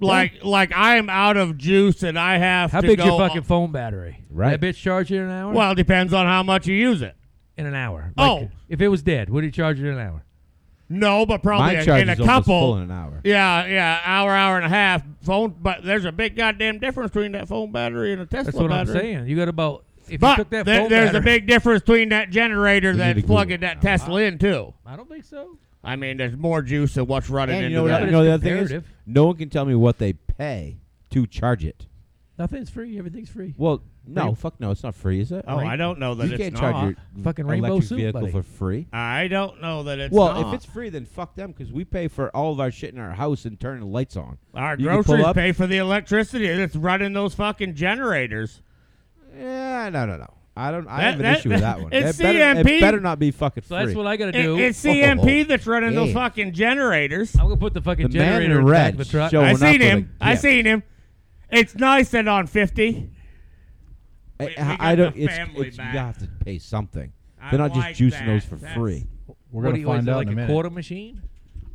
Like like I am out of juice and I have
How
to
big's
go
your fucking phone battery?
Right.
That bitch charge you in an hour?
Well, it depends on how much you use it.
in an hour.
Oh.
If it was dead, would it charge it in an hour?
No, but
My
probably in-
charge
in a
is almost full in
couple.
an hour.
Yeah, yeah, hour, hour and a half phone. But there's a big goddamn difference between that phone battery and a Tesla
That's what
battery.
I'm saying. You got about if you
But
took that
there-
phone
there's
battery,
a big difference between that generator
need to
that's
Google
plugging
it
that
now.
Tesla in too.
I don't think so.
I mean, there's more juice than what's running
And
into
you know what?
that.
I-
But
You know
it's
the other thing is,
comparative.
no one can tell me what they pay to charge it.
Nothing's free. Everything's free.
Well, no,
Rain-
fuck no, it's not free, is it?
oh, I don't know that
You
it's
can't
not.
charge your
Fucking
electric
Rainbow Soup,
vehicle
buddy.
for free.
I don't know that it's
well,
not.
if it's free, then fuck them because we pay for all of our shit in our house and turn the lights on.
our
you can pull
groceries
up-
pay for the electricity that's running those fucking generators.
Yeah, no, no, no. I don't. I
That-
have an
that-
issue with that one.
it's
It better,
CMP.
it better not be fucking
so
free.
that's what I got to
It-
do.
it's CMP
Oh,
that's running those
yeah. Oh,
fucking generators.
I'm gonna put the fucking
The man in
generator in
red
the truck.
showed-
I
going up
seen
with
him.
a
I
gift.
seen him. It's nice that on fifty.
I,
we- we
I-
got
Eh, I don't.
the
It's,
family
it's you
back.
have to pay something.
I
They're not
like
just juicing
that.
those for
That's-
free.
We're
what
gonna
do you always
find
do,
out
like
in a
a,
minute.
quarter machine,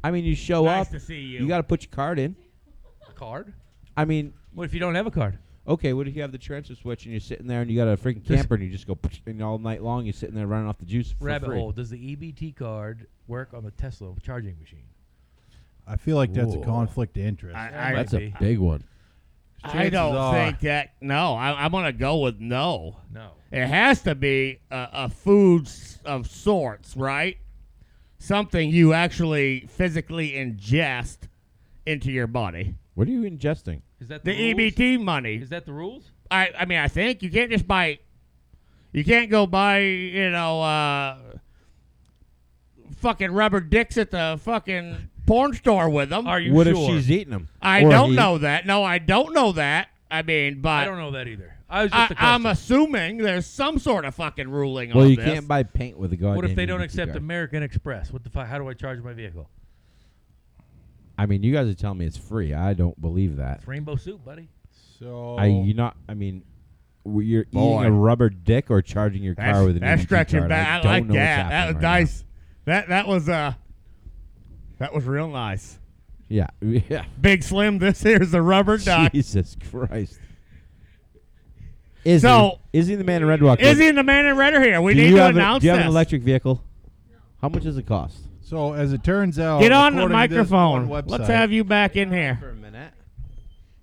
I mean, you show
Nice
up.
to see you.
You got to put your card in.
a card.
I mean,
What if you don't have a card?
okay, what if you have the transfer switch and you're sitting there and you got a freaking
Just-
camper and you just go and all night long you're sitting there running off the juice for
Rabbit
free.
hole. Does the EBT card work on the Tesla charging machine?
I feel like that's a
Whoa.
conflict of interest.
I, I,
That's
That's
a
a
Might be.
big one.
I don't
Chances are-
think that. No, I, I'm gonna go with no.
No.
It has to be a, a food s- of sorts, right? Something you actually physically ingest into your body.
What are you ingesting?
Is that
The E
the, rules?
EBT money.
Is that the rules?
I, I mean, I think you can't just buy. You can't go buy, you know, uh, fucking rubber dicks at the fucking porn store with them.
Are you
what
sure?
if she's eating them?
I don't know that. No, I don't know that. I mean, but
I don't know that either. I was just
I,
a
I'm
question.
assuming there's some sort of fucking ruling
Well,
on
you
this.
can't buy paint with a goddamn.
What if they don't
EBT
accept
card.
American Express? What the fuck? How do I charge my vehicle?
I mean, you guys are telling me it's free. I don't believe that.
It's Rainbow Soup, buddy.
so
I you not. I mean, w- you're
Boy.
eating a rubber dick or charging your
that's,
car with an
that's
EBT
stretching
card.
back. I,
don't
like
know what's
that. That was
happening right now.
nice. That that was uh that was real nice.
Yeah. Yeah.
Big Slim, this here's the rubber duck.
Jesus Christ. Izzy,
So-
Izzy the man in red walk.
Is he in the man in red or here? We
do
need
you
to
have a-
announce
Do you have
this.
an electric vehicle? How much does it cost?
so as it turns out,
Get on the
according to Oh, this one
microphone. Let's
website-
have you back in here.
a minute.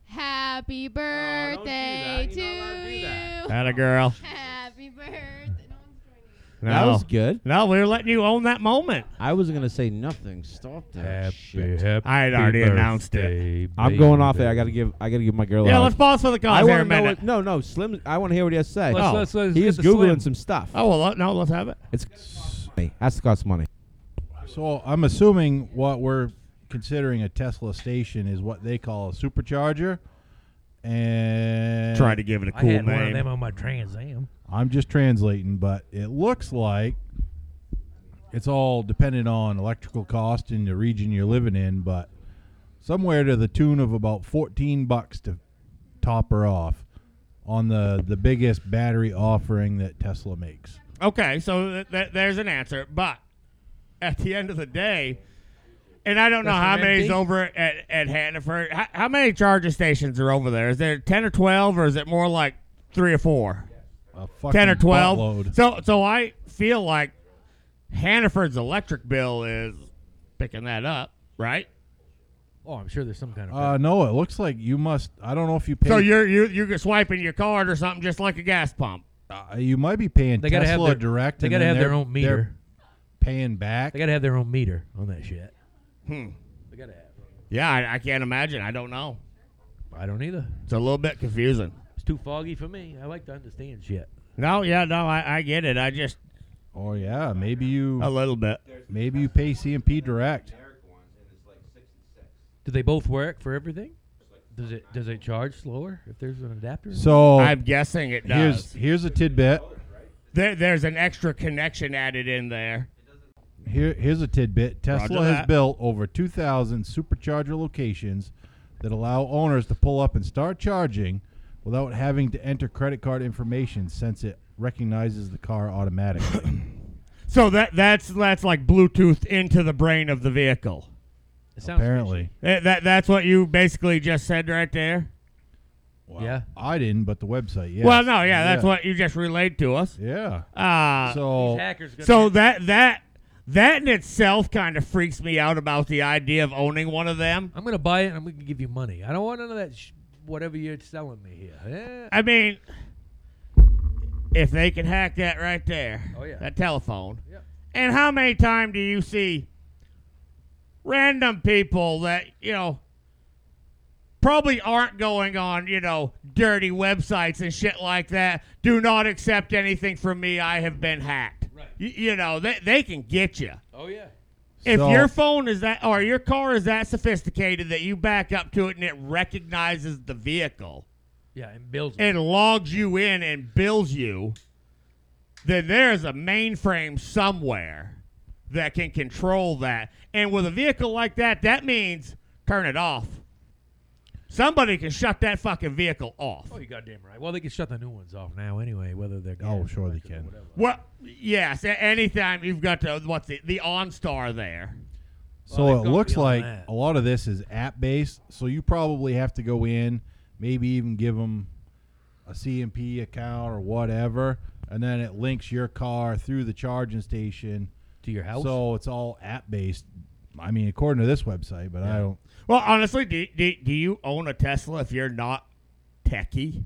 Happy
Oh, don't do
birthday
that. You're not allowed to do that.
to you.
Atta girl.
Happy birthday. No one's doing it.
No.
That was good.
no, we were letting you own that moment.
I wasn't gonna say nothing. Stop that shit.
happy.
I had already announced it.
birthday,
I'm going off
Oh, baby.
it. I gotta give. I gotta give my girl.
Yeah,
a
let's
hug.
pause for the
I
cause here
want
a
to know.
minute.
What, no, no, Slim. I want to hear what he has to say.
Let's,
Oh.
let's, let's
He's
get the
googling
Slim.
some stuff.
Oh well, let- no, let's have it.
It's hey, has to cost money.
So I'm assuming what we're considering a Tesla station is what they call a supercharger, and
Try to give it a
I
cool
had one of them
name.
on my Trans Am.
I'm just translating, but it looks like it's all dependent on electrical cost in the region you're living in, but somewhere to the tune of about 14 bucks to top her off on the the biggest battery offering that Tesla makes.
Okay, so th- th- there's an answer, but at the end of the day, and I don't know
That's
how
an
many's
empty?
over at at Hannaford. How, how many charging stations are over there? Is there ten or twelve, or is it more like three or four?
A fucking
Ten or twelve.
buttload.
So so I feel like Hannaford's electric bill is picking that up, right?
Oh, I'm sure there's some kind of.
Uh, no, it looks like you must. I don't know if you pay.
So you're you you're swiping your card or something, just like a gas pump.
uh, you might be paying
they
Tesla
gotta have their
direct.
They
and
gotta
then
have their
they're-
own
they're
meter.
Paying back.
They gotta have their own meter on that shit.
Hmm.
They gotta have.
Yeah, I, I can't imagine. I don't know.
I don't either.
It's a little bit confusing.
It's too foggy for me. I like to understand shit.
No, yeah, no, I, I get it. I just
oh yeah, maybe you
a little bit.
maybe you pay CMP direct.
Do they both work for everything? Does it does it charge slower if there's an adapter?
So
I'm guessing it
here's
does.
here's a tidbit.
There, there's an extra connection added in there.
Here, here's a tidbit.
Roger
Tesla has
that.
built over 2,000 supercharger locations that allow owners to pull up and start charging without having to enter credit card information since it recognizes the car automatically.
So that that's that's like Bluetooth into the brain of the vehicle.
It sounds
Apparently.
That, that that's what you basically just said right there.
Well,
Yeah.
I didn't, but the website, yeah.
Well, no, yeah, that's what you just relayed to us.
Yeah.
Uh, so
so
hackers. Gonna
that that that in itself kind of freaks me out about the idea of owning one of them.
I'm gonna buy it and I'm gonna give you money. I don't want none of that. Sh- whatever you're selling me here. Eh.
I mean, if they can hack that right there,
Oh, yeah.
that telephone.
Yep.
And how many time do you see random people that you know probably aren't going on you know dirty websites and shit like that? Do not accept anything from me. I have been hacked.
Right.
Y- you know they they can get you.
Oh yeah.
If
so-
your phone is that or your car is that sophisticated that you back up to it and it recognizes the vehicle
Yeah, and builds.
and logs you in and bills you, then there's a mainframe somewhere that can control that. And with a vehicle like that, that means turn it off. Somebody can shut that fucking vehicle off.
Oh, you goddamn right. Well, they can shut the new ones off now anyway, whether they're
Oh,
gas
sure they
electric or
can.
whatever.
Well, yes, a- anytime you've got to, what's the, the OnStar there.
So
Well, they've
it
gone
looks
beyond
like
that.
a lot of this is app based. So you probably have to go in, maybe even give them a CMP account or whatever, and then it links your car through the charging station.
To your house.
So it's all app based. I mean, according to this website, but I don't.
Well, honestly, do, do, do you own a Tesla if you're not techie?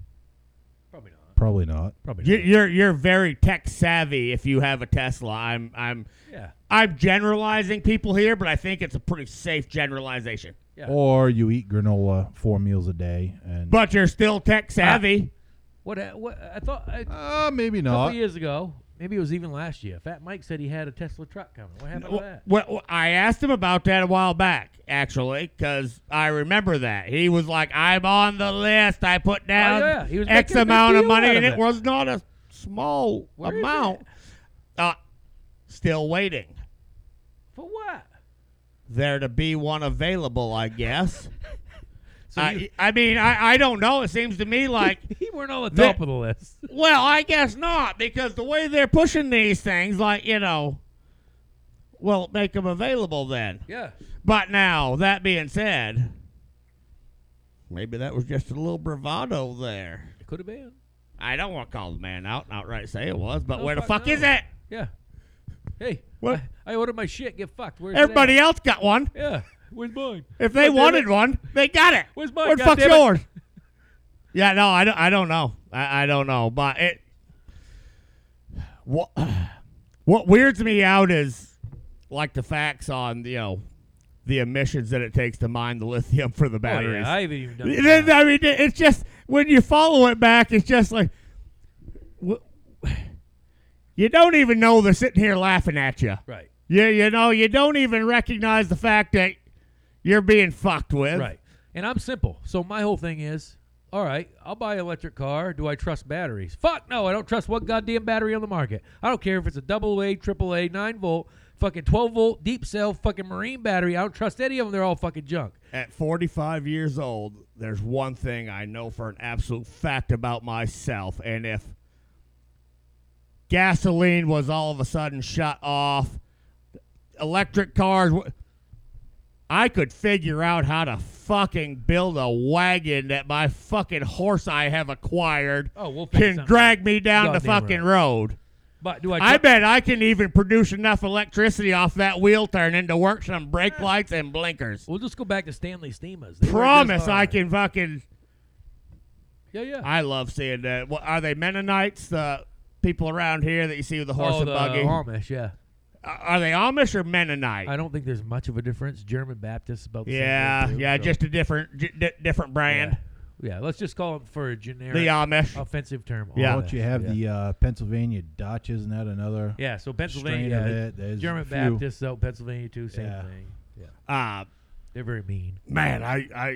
probably not.
Probably not.
Probably
You-
not.
You're you're very tech savvy if you have a Tesla. I'm I'm
Yeah.
I'm generalizing people here, but I think it's a pretty safe generalization.
Yeah.
Or you eat granola four meals a day, and
But you're still tech savvy.
What? uh, What? I thought I, a couple
uh, maybe not.
years ago, maybe it was even last year. Fat Mike said he had a Tesla truck coming. What happened to that?
Well, well, I asked him about that a while back, actually, because I remember that he was like, "I'm on the list. I put down
Oh, yeah. He was
X
making a big
amount of
deal
money,
out of
and it
it.
was not a small
Where is
amount." Uh, still waiting.
For what?
There to be one available, I guess.
So
I,
you,
I mean, I, I don't know. It seems to me like,
he weren't on the
That-
top of the list.
well, I guess not, because the way they're pushing these things, like, you know, well, make them available then.
yeah.
But now, that being said, maybe that was just a little bravado there.
It could have been.
I don't want to call the man out and outright say it was, but
No,
where the
fuck
fuck is
no.
it?
Yeah. Hey.
What?
I, I ordered my shit. Get fucked. Where's it at?
Everybody else got one.
Yeah. Where's mine?
If they
God damn
wanted
it.
one, they got it.
Where's mine,
Where the fuck's
goddammit?
yours? yeah, no, I don't, I don't know. I, I don't know. But it. What, what weirds me out is like the facts on, you know, the emissions that it takes to mine the lithium for the
Oh,
batteries.
yeah, I haven't even done
Th-
that.
th- I mean, it- it's just when you follow it back, it's just like wh- you don't even know they're sitting here laughing at you.
Right.
Yeah, you know, you don't even recognize the fact that you're being fucked with.
Right. And I'm simple. So my whole thing is, all right, I'll buy an electric car. Do I trust batteries? Fuck no, I don't trust one goddamn battery on the market. I don't care if it's a double A, triple A, nine volt, fucking twelve volt deep cell, fucking marine battery. I don't trust any of them. They're all fucking junk.
At 45 years old, there's one thing I know for an absolute fact about myself, and if gasoline was all of a sudden shut off, electric cars, w- I could figure out how to fucking build a wagon that my fucking horse I have acquired
Oh, we'll figure
can
something
drag me down the
Goddamn right.
fucking road.
But do I?
I
tru-
bet I can even produce enough electricity off that wheel turn to work some brake lights and blinkers.
We'll just go back to Stanley Steamers. They were just
Promise I
hard.
can fucking.
Yeah, yeah.
I love seeing that. What, are they Mennonites? The people around here that you see with the horse
oh,
and
the
buggy.
Amish. Yeah.
Are- Are they Amish or Mennonite?
I don't think there's much of a difference. German Baptist about the same
yeah,
thing, too,
yeah,
so-
just a different, j- di- different
yeah.
brand.
Yeah, let's just call them for a generic
The Amish.
offensive term.
Yeah.
Don't
Amish,
you have
yeah.
the uh, Pennsylvania Dutch? Isn't that another?
Yeah,
strain
so
of
Pennsylvania,
it. There's
German
a few.
Baptists out Pennsylvania too, same
Yeah.
thing. Yeah,
Uh,
they're very mean.
man, I, I,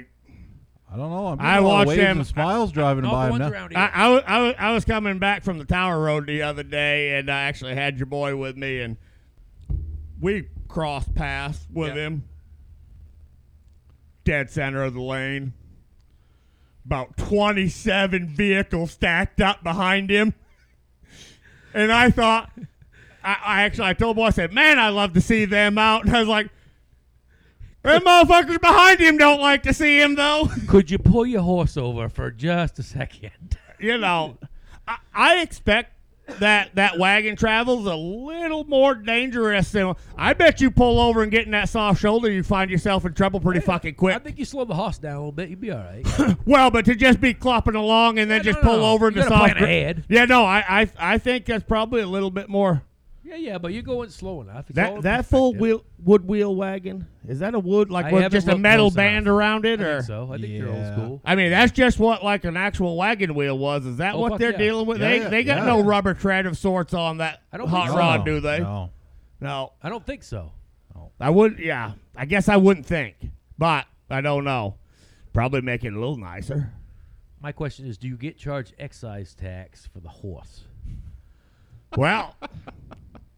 I don't know. I'm
I
getting a lot
watched
of waves
him-
and smiles driving
Not
by
the
him
ones
now.
around here.
I, I, was- I, was- I was coming back from the Tower Road the other day, and I actually had your boy with me, and we crossed paths with
Yeah.
him. Dead center of the lane. about 27 vehicles stacked up behind him. And I thought, I, I actually, I told boy, I said, man, I love to see them out. And I was like, them motherfuckers behind him don't like to see him, though.
Could you pull your horse over for just a second?
you know, I, I expect that that wagon travels a little more dangerous than. I bet you pull over and get in that soft shoulder, you find yourself in trouble pretty fucking
I
quick.
think you slow the horse down a little bit, you'd be all right.
Well, but to just be clopping along and then
Yeah,
just
no,
pull
no.
over in
You
the
gotta
soft.
plan ahead.
Yeah, no, I, I I think that's probably a little bit more.
yeah, yeah, but you're going slow enough. It's all
That that full
perspective.
wheel wood wheel wagon is that a wood
I
like with
haven't
just a
looked
metal
close enough.
band around
I
it or?
think so. I think you're old
Yeah.
school.
I mean, that's just what like an actual wagon wheel was. Is that
Oh,
what
fuck
they're
yeah.
dealing with?
Yeah,
they
yeah,
they got
yeah.
no rubber tread of sorts on that
I don't
hot
think so.
rod, do they?
No.
No.
I don't think so.
I would. Yeah, I guess I wouldn't think, but I don't know. Probably make it a little nicer.
My question is, do you get charged excise tax for the horse?
Well,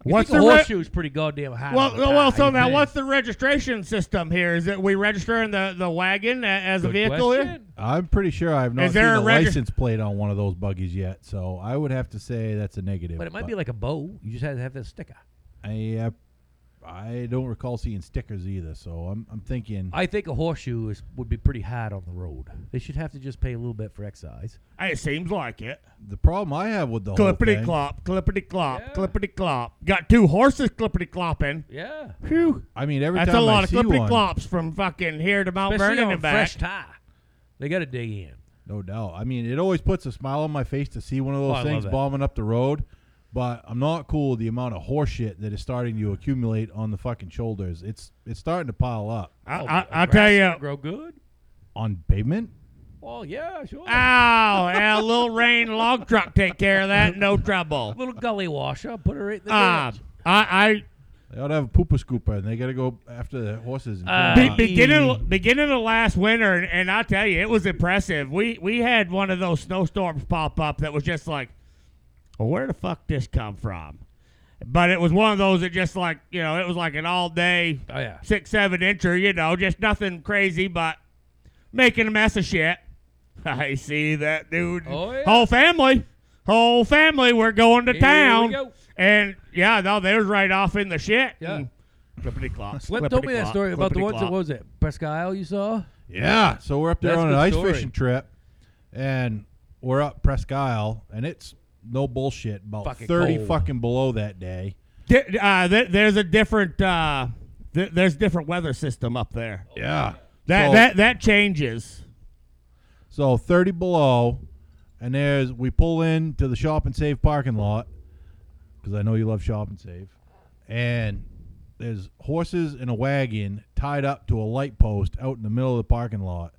what's
I think
the
a
re-
horseshoe is pretty goddamn high.
well?
on the
Well,
tie,
so
you
now
think?
what's the registration system here? Is it we registering the the wagon a- as a
Good
vehicle here?
question.
I'm pretty sure I've not
Is there a
seen a
regis-
license plate on one of those buggies yet, so I would have to say that's a negative.
But it might be like a bow. You just have to have that sticker.
I, uh, I don't recall seeing stickers either, so I'm, I'm thinking.
I think a horseshoe is, would be pretty hard on the road. They should have to just pay a little bit for excise.
It seems like it.
the problem I have with the whole
Clippity
thing.
clop, clippity clop,
Yeah.
clippity clop. Got two horses clippity clopping.
Yeah,
Phew.
I mean, every
That's
time
a lot
I
of
see
clippity
one,
clops from fucking here to Mount
especially
Vernon
on a
and back.
fresh tie. They got to dig in.
no doubt. I mean, it always puts a smile on my face to see one of
Oh, I
those
love
things
that.
bombing up the road. But I'm not cool with the amount of horseshit that is starting to accumulate on the fucking shoulders. It's it's starting to pile up
I, I,
Oh, the
I'll
grass
tell
gonna
you.
grow good.
on pavement.
Well, yeah, sure.
Ah. Ow! yeah, a little rain log truck take care of that. No trouble.
Little gully washer, put her right in the
Uh,
ditch.
I,
They ought to have a pooper scooper, and they got to go after the horses. And clean
I
Uh,
them
be,
up.
beginning beginning of last winter, and, and I tell you, it was impressive. We we had one of those snowstorms pop up that was just like, well, where the fuck this come from? But it was one of those that just like you know, it was like an all day
Oh yeah,
six seven incher, you know, just nothing crazy, but making a mess of shit. I see that dude.
Oh, yeah.
Whole family, whole family, we're going to
Here we
town.
go.
And yeah, no, they was right off in the shit.
Yeah.
And Clippity clock.
Slim told me that
clippity-clop,
story about the ones that
clippity-clop.
what was it Presque Isle you saw.
Yeah, so we're up there
That's a
on an
good
ice
story.
fishing trip, and we're up Presque Isle, and it's no bullshit about
Fucking
thirty
cold.
fucking below that day.
Di- uh, there- there's a different. Uh, th- there's different weather system up there.
Yeah,
That
so,
that that changes.
so thirty below, and there's we pull in to the Shop and Save parking lot because I know you love Shop and Save, and there's horses and a wagon tied up to a light post out in the middle of the parking lot,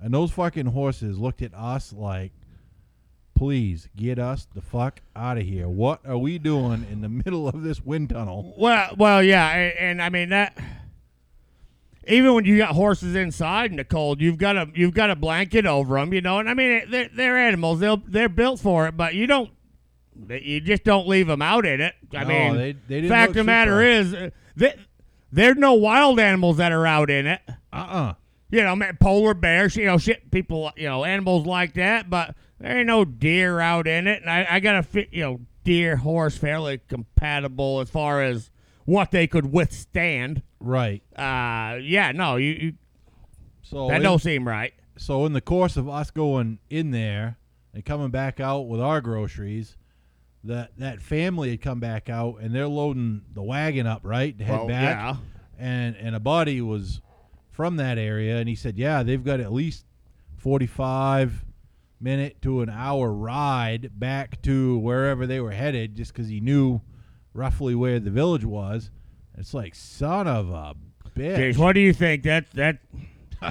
and those fucking horses looked at us like. please get us the fuck out of here. What are we doing in the middle of this wind tunnel?
Well, well, yeah, and, and I mean that. Even when you got horses inside in the cold, you've got a you've got a blanket over them, you know. And I mean, it- they're, they're animals; they'll they're built for it, but you don't that you just don't leave them out in it. I
No,
mean,
they- they didn't
fact of
look
the matter
super.
is, uh, that there's no wild animals that are out in it.
Uh uh
Uh-uh. You know, man, polar bears, you know, shit, people, you know, animals like that, but there ain't no deer out in it. And I, I got to fit, you know, deer, horse, fairly compatible as far as what they could withstand.
Right.
Uh, yeah, no, you, you
So
that
in,
don't seem right.
so in the course of us going in there and coming back out with our groceries, that that family had come back out and they're loading the wagon up, right? To head
Well,
back.
yeah.
And and a buddy was from that area and he said, Yeah, they've got at least forty five minute to an hour ride back to wherever they were headed just because he knew roughly where the village was. It's like son of a bitch.
Jeez, what do you think? That that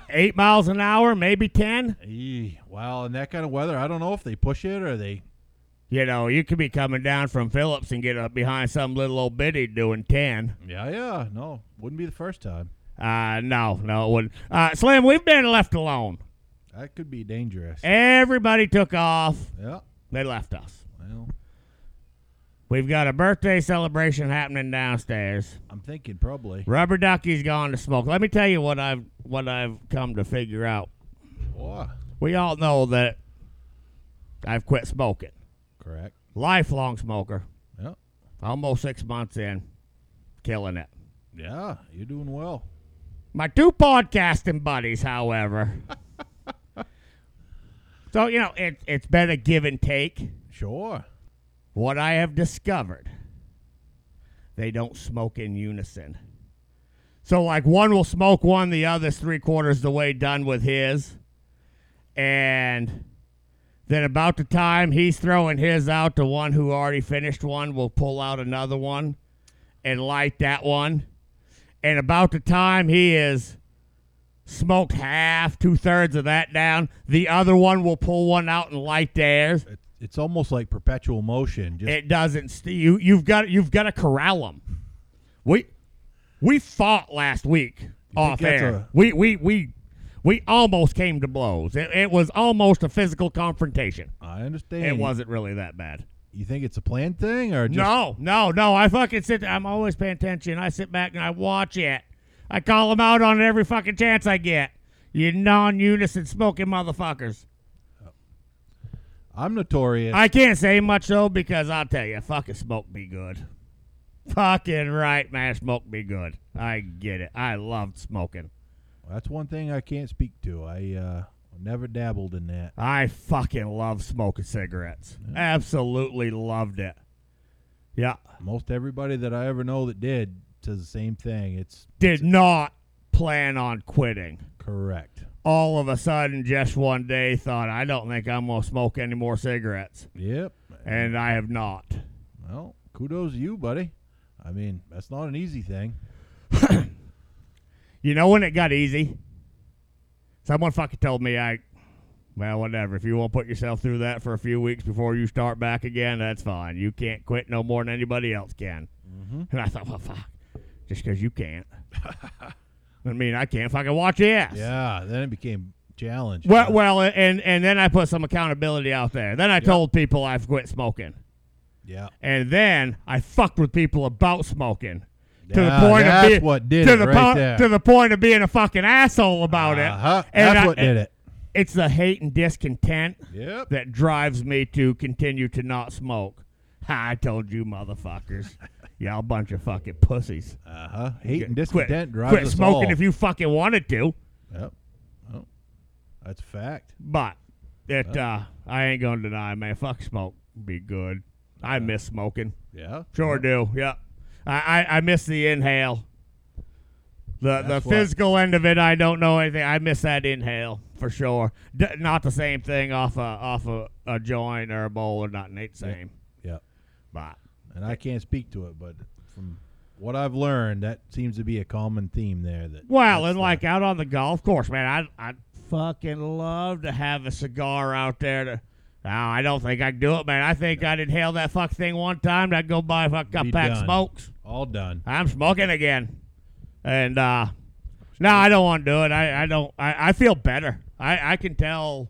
eight miles an hour, maybe ten.
Eee, Wow, in that kind of weather, I don't know if they push it or they
You know, you could be coming down from Phillips and get up behind some little old biddy doing ten.
Yeah, yeah. No, wouldn't be the first time.
Uh, no, no, it wouldn't. Uh, Slim, we've been left alone.
That could be dangerous.
Everybody took off.
yeah.
They left us.
Well,
We've got a birthday celebration happening downstairs.
I'm thinking probably.
Rubber Ducky's gone to smoke. Let me tell you what I've what I've come to figure out.
Wha-
we all know that I've quit smoking.
Correct.
Lifelong smoker.
Yep.
Almost six months in. Killing it.
Yeah, you're doing well.
My two podcasting buddies, however. so, you know, it, it's been a give and take.
Sure.
What I have discovered, they don't smoke in unison. So, like, one will smoke one, the other's three quarters the way done with his. And then, about the time he's throwing his out, the one who already finished one will pull out another one and light that one. And about the time he is smoked half, two thirds of that down, the other one will pull one out and light theirs
It, it's almost like perpetual motion. Just
it doesn't. St- you you've got you've got to corral them. We we fought last week off
that's
air.
a-
we we we we almost came to blows. It, it was almost a physical confrontation.
I understand.
It
You-
wasn't really that bad.
You think it's a planned thing or just
no, no, no. I fucking sit. I'm always paying attention. I sit back and I watch it. I call them out on it every fucking chance I get. You non-unison smoking motherfuckers.
I'm notorious.
I can't say much though because I'll tell you, fucking smoke be good. Fucking right, man, smoke be good. I get it. I loved smoking.
That's one thing I can't speak to. I uh, never dabbled in that.
I fucking love smoking cigarettes. Absolutely loved it. Yeah,
Most everybody that I ever know that did says the same thing. It's
did not plan on quitting.
correct.
All of a sudden, just one day, thought I don't think I'm gonna smoke any more cigarettes,
Yep.
and I have not.
Well, kudos to you, buddy. I mean, that's not an easy thing.
You know when it got easy? Someone fucking told me I well, whatever. If you won't put yourself through that for a few weeks before you start back again, that's fine. You can't quit no more than anybody else can.
Mm-hmm.
And I thought, well, fuck, just because you can't. I mean, I can't fucking watch ass.
Yeah. Then it became challenge.
Well, well, and and then I put some accountability out there. Then I told people I've quit smoking,
yeah.
and then I fucked with people about smoking to
Yeah,
the point
that's
of being
what did
to
it
the
right
po-
there.
to the point of being a fucking asshole about
Uh-huh.
it. And
That's
I-
what did it.
It's the hate and discontent
Yep.
that drives me to continue to not smoke. Ha, I told you, motherfuckers. Y'all bunch of fucking pussies.
Uh huh. Hate
Quit-
and
quit,
discontent drives us
smoking
all.
if you fucking wanted to,
Yep. Well, that's a fact.
but it, uh, I ain't gonna deny, man. Fuck smoke, be good. I miss smoking,
Yeah.
sure do. Yep, I, I I miss the inhale. The the
That's what-
physical end of it, I don't know anything. I miss that inhale for sure. D- not the same thing off a off a, a joint or a bowl, or not ain't the same,
Yep.
but.
and I can't speak to it, but from what I've learned, that seems to be a common theme there. That
Well,
that's
and
the-
like out on the golf course, man, I I fucking love to have a cigar out there. To, no, I don't think I can do it, man. I think I'd inhale that fuck thing one time. and I'd go buy a fuck a
Be
pack of
done.
smokes.
all done.
I'm smoking again, and uh no, I don't want to do it. I I don't. I, I feel better. I I can tell.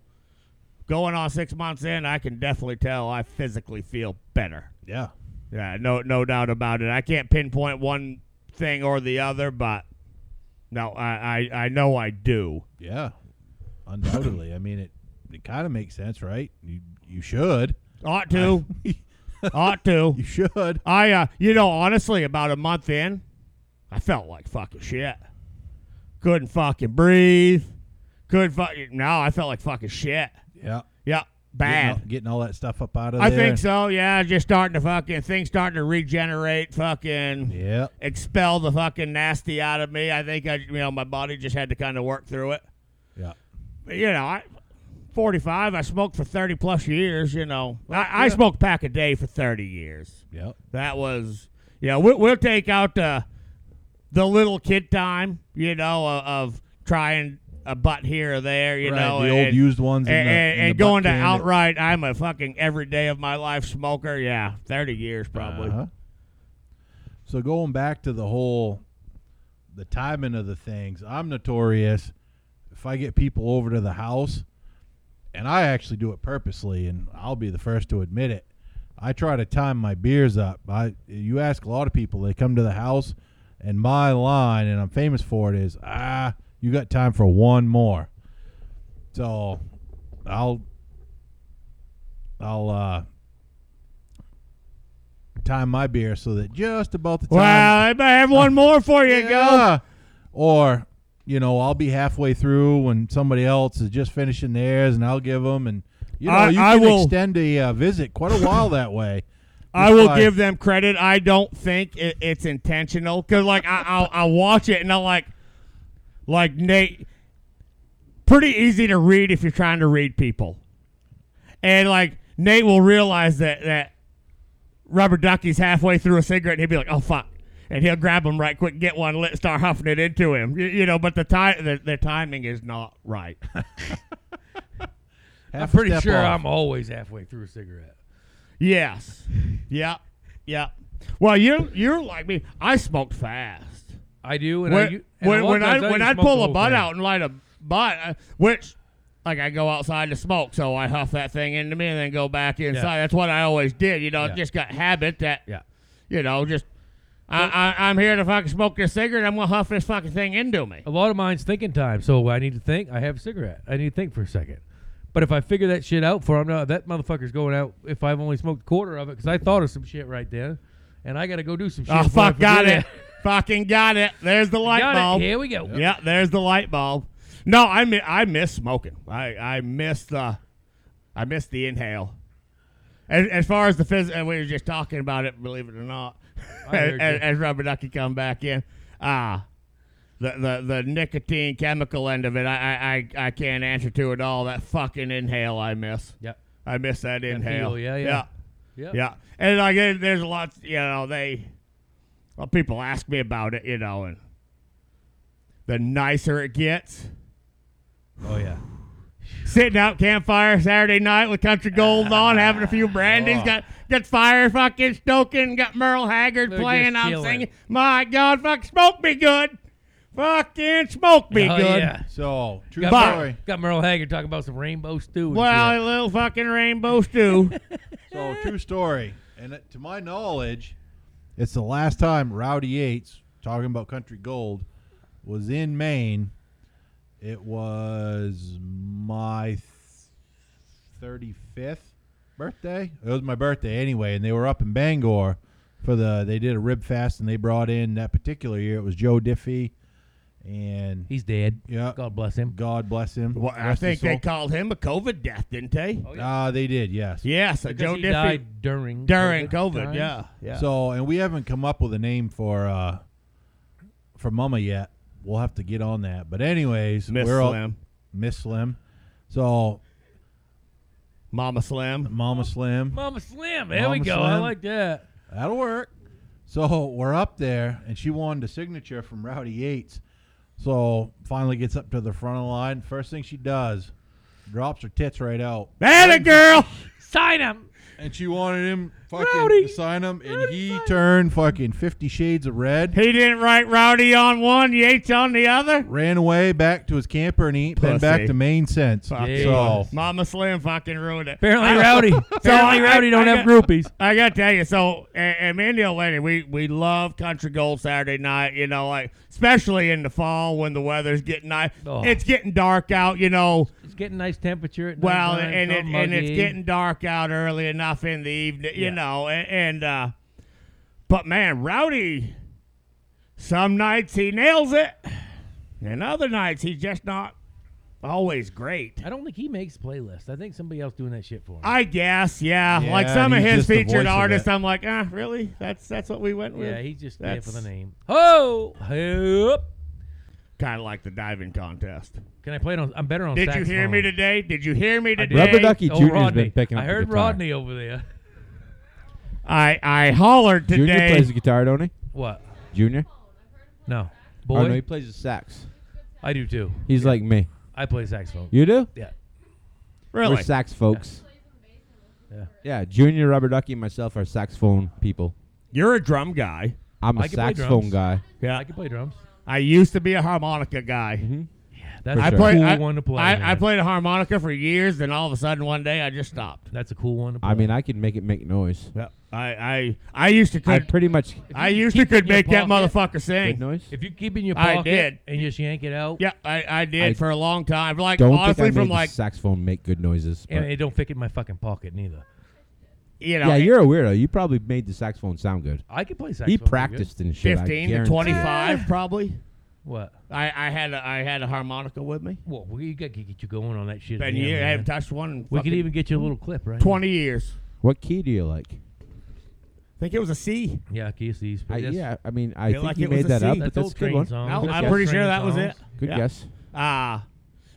Going on six months in, I can definitely tell I physically feel better.
Yeah,
Yeah, no, no doubt about it. I can't pinpoint one thing or the other, but no, I, I, I know I do.
yeah, undoubtedly. I mean, it it kind of makes sense, right? You you should,
Ought to, ought to.
you should.
I, uh, you know, honestly, about a month in, I felt like fucking shit. Couldn't fucking breathe. Couldn't fucking. No, I felt like fucking shit.
Yeah,
Yep,
getting all,
bad.
getting all that stuff up out of
I
there.
think so. Yeah, just starting to fucking things starting to regenerate. Fucking.
Yeah,
expel the fucking nasty out of me. I think I, you know, my body just had to kind of work through it.
yeah.
But, you know, I, 45, I smoked for 30 plus years. You know, I, I
yeah.
smoked pack a day for 30 years.
Yeah,
That was, you know, we, we'll take out the the little kid time. You know, of, of trying a butt here or there. You
right.
know,
the old
and-
used ones, in
and,
the-
and,
in
and
the butt
going to
can that-
outright, I'm a fucking every day of my life smoker. Yeah, 30 years probably.
Uh-huh. So going back to the whole the timing of the things, I'm notorious if I get people over to the house and I actually do it purposely and I'll be the first to admit it. I try to time my beers up. I you ask a lot of people, they come to the house and my line and I'm famous for it is, "Ah, you got time for one more." So I'll I'll uh time my beer so that just about the time
Well, I might have one more for you, go.
Yeah. Or, you know, I'll be halfway through when somebody else is just finishing theirs, and I'll give them. And you know,
I-
you
I
can
will-
extend a uh, visit quite a while that way.
I will
Why?
give them credit. I don't think it, it's intentional because, like, I I'll, I watch it and I'm like, like Nate, pretty easy to read if you're trying to read people, and like Nate will realize that that rubber ducky's halfway through a cigarette and he'll be like, oh fuck, and he'll grab him right quick, get one, let start huffing it into him, you, you know. But the time the, the timing is not right.
Half
I'm
a
pretty
step
sure
off.
I'm always halfway through a cigarette.
yes, yep, yep. Well, you you're like me. I smoked fast.
I do, and I,
when,
u- and a
when,
lot
when
of
I
times
when
just
I
smoke the
pull a
whole
butt
thing.
out and light a butt, uh, which like I go outside to smoke, so I huff that thing into me and then go back inside. That's what I always did. You know,
Yeah.
just got habit that
yeah,
you know just. I, I, I'm here to fucking smoke this cigarette. I'm gonna huff this fucking thing into me.
a lot of mine's thinking time. So I need to think. I have a cigarette. I need to think for a second. But if I figure that shit out for I'm not that motherfucker's going out. If I've only smoked a quarter of it, because I thought of some shit right there, and I got to go do some shit.
Oh
before I
fuck, got
forget
it, fucking got it. There's the light
Got it.
bulb.
Here we go.
Yeah, there's the light bulb. No, I mi- I miss smoking. I I miss the I miss the inhale. As, as far as the phys- and we were just talking about it, believe it or not,
I
as,
heard you.
as, as rubber ducky come back in, ah, the, the the nicotine chemical end of it, I, I I I can't answer to at all. That fucking inhale, I miss.
Yep.
I miss that inhale.
feel, yeah, yeah. Yeah.
Yeah, and like there- there's a lot, you know, they, well, people ask me about it, you know, and the nicer it gets,
Oh yeah.
sitting out campfire Saturday night with Country Gold on, having a few brandies,
Oh.
got got fire fucking stoking, got Merle Haggard
They're
playing,
just
I'm
chilling.
singing, my God, fuck, smoke me good, fucking smoke me
oh,
good.
Yeah.
So, true
Got,
Bye.
story.
Merle, got Merle Haggard talking about some rainbow stew. And
Well,
shit.
a little fucking rainbow stew.
So, true story. And it, to my knowledge, it's the last time Rowdy Yates, talking about Country Gold, was in Maine. It was my th- 35th birthday. It was my birthday anyway, and they were up in Bangor for the. They did a rib fest, and they brought in that particular year. It was Joe Diffie, and
he's dead.
yeah, God,
God bless him.
bless him.
well, I
Rest his
think they
soul.
called him a COVID death, didn't they?
Ah, they did. Yes.
Yes, a
Because
Joe
he
Diffie
died during
during
COVID
COVID.
times.
yeah, yeah.
So, and we haven't come up with a name for uh for Mama yet. We'll have to get on that. But anyways,
Miss
we're all-
Slim.
Miss Slim. So,
Mama Slim.
Mama Slim.
Mama Slim. There we
Mama
go. I
Slim.
like that.
That'll work. So we're up there, and she wanted a signature from Rowdy Yates. So finally gets up to the front of the line. First thing she does, drops her tits right out.
That a girl.
Sign him.
And she wanted him fucking
Rowdy.
to sign him, and he turned fucking Fifty Shades of Red.
He didn't write Rowdy on one, Yates on the other.
Ran away back to his camper, and he ain't been back
Pussy.
to Maine since.
Fucking
So
Mama Slim fucking ruined it.
Apparently
I-
rowdy. Apparently
I-
rowdy don't
I
have
got-
groupies.
I gotta tell you, so and, and me and the old lady, we we love Country Gold Saturday night. You know, like especially in the fall when the weather's getting nice.
Oh.
It's getting dark out. You know,
It's getting nice temperature. At
well,
nighttime,
and
it's
it
all
and it's
muggy.
getting dark out early enough in the evening. You
Yeah.
know, and, and uh, but man, Rowdy, some nights he nails it, and other nights he's just not always great.
I don't think he makes playlists. I think somebody else doing that shit for him.
I guess, yeah.
Yeah,
like some of
he's
his
just the voice
featured
of
artists,
it.
I'm like, ah, really? That's that's what we went with.
yeah, he's just there for the
That's-
name. Oh, Hup.
Kind of like the diving contest.
can I play it on? I'm better on.
Did you hear me
saxophone.
today? Did you hear me
I did.
today?
Rubber Ducky
Oh,
Junior's
Rodney.
been picking up
I
the
heard
guitar.
Rodney over there.
I I hollered today.
Junior plays the guitar, don't he?
What?
Junior?
No, boy,
Oh no, he plays the sax.
I do too.
He's like me.
I play saxophone.
You do?
yeah,
really?
We're sax folks.
yeah.
Yeah, Junior, Rubber Ducky, and myself are saxophone people.
You're a drum guy.
I'm a
I can play
saxophone
drums.
guy.
Yeah.
I can play drums.
I used to be a harmonica guy.
Mhm.
Yeah, That's
For
a
sure.
Mm-hmm. cool
I played. I,
one to play.
I, I
man.
played a harmonica for years, then all of a sudden one day I just stopped.
That's a cool one to play.
I mean, I can make it make noise.
Yep. I I I used to
I
could.
pretty much
I, used to could
your
make that
pocket-
motherfucker
make
sing.
noise.
if you keep it in your
I
pocket
did.
and just yank it out,
Yeah, I, I did
I
for a long time. Like
Don't
honestly,
think I
from
made
like
the saxophone make good noises.
and
but-
it don't fit in my fucking pocket neither.
you know,
yeah, you're a weirdo. You probably made the saxophone sound good.
I could play saxophone.
He
pretty good.
practiced and shit. I
fifteen to
guarantee.
twenty-five probably.
What?
I, I had a, I had a harmonica with me,
Well, we got to get you going on that shit.
and
again,
you
man.
haven't touched one. In
we could
fucking
even get you a little clip, right?
twenty years.
What key do you like?
I think it was a C.
Yeah, keys these.
I,
that's-
yeah, I mean, I
Feel
think
like
you
it was
made
a
that up,
C.
but
That's
that's a
old
Um, good
train
one.
song.
No,
Good
I'm
guess.
pretty
String
sure that was it.
songs.
Good
Yeah.
guess.
Uh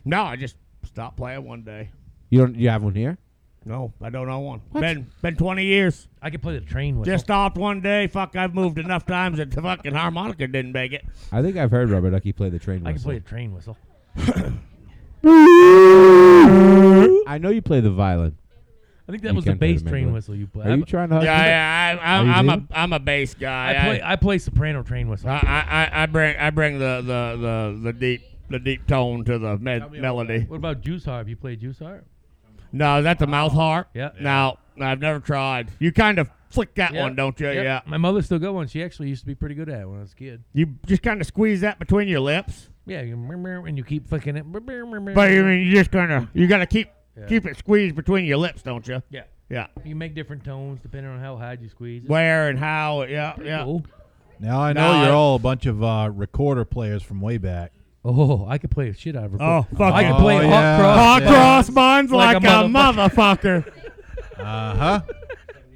no, I just stopped playing one day.
You don't. You have one here?
No, I don't own one. Been been twenty years.
I could play the train with.
Just stopped one day. Fuck, I've moved enough times that the fucking harmonica didn't make it.
I think I've heard Robert Ducky play the train
I can
whistle.
play a train whistle.
I know you play the violin.
I think that
You
was the
can play the
bass train
mandolin.
whistle you played.
Are you trying to? hug
Yeah,
me?
yeah. I,
Are you
I, I'm
leaving?
a I'm a bass guy.
I play I play soprano train whistle.
I, I, I- I bring I bring the, the, the, the deep the deep tone to the med- melody.
what about Juice Harp? You play Juice Harp?
No, that's a mouth harp.
Yeah.
No, I've never tried. You kind of flick that
Yeah.
one, don't you?
Yep.
Yeah.
My mother still got one. She actually used to be pretty good at it when I was a kid.
You just kind of squeeze that between your lips.
Yeah, you and you keep fucking it. But
But I mean, you just kind of you got to keep
Yeah.
keep it squeezed between your lips, don't you?
yeah,
Yeah.
you make different tones depending on how hard you squeeze. it.
Where and how? Yeah, yeah.
Oh,
Now I know
No,
you're
I-
all a bunch of uh, recorder players from way back.
oh, I could play a shit out of it.
Oh, fuck
I
it.
could play
Oh,
hot
yeah.
cross.
Hot
Yeah.
cross buns like,
Like
a,
a
motherfucker.
Uh huh.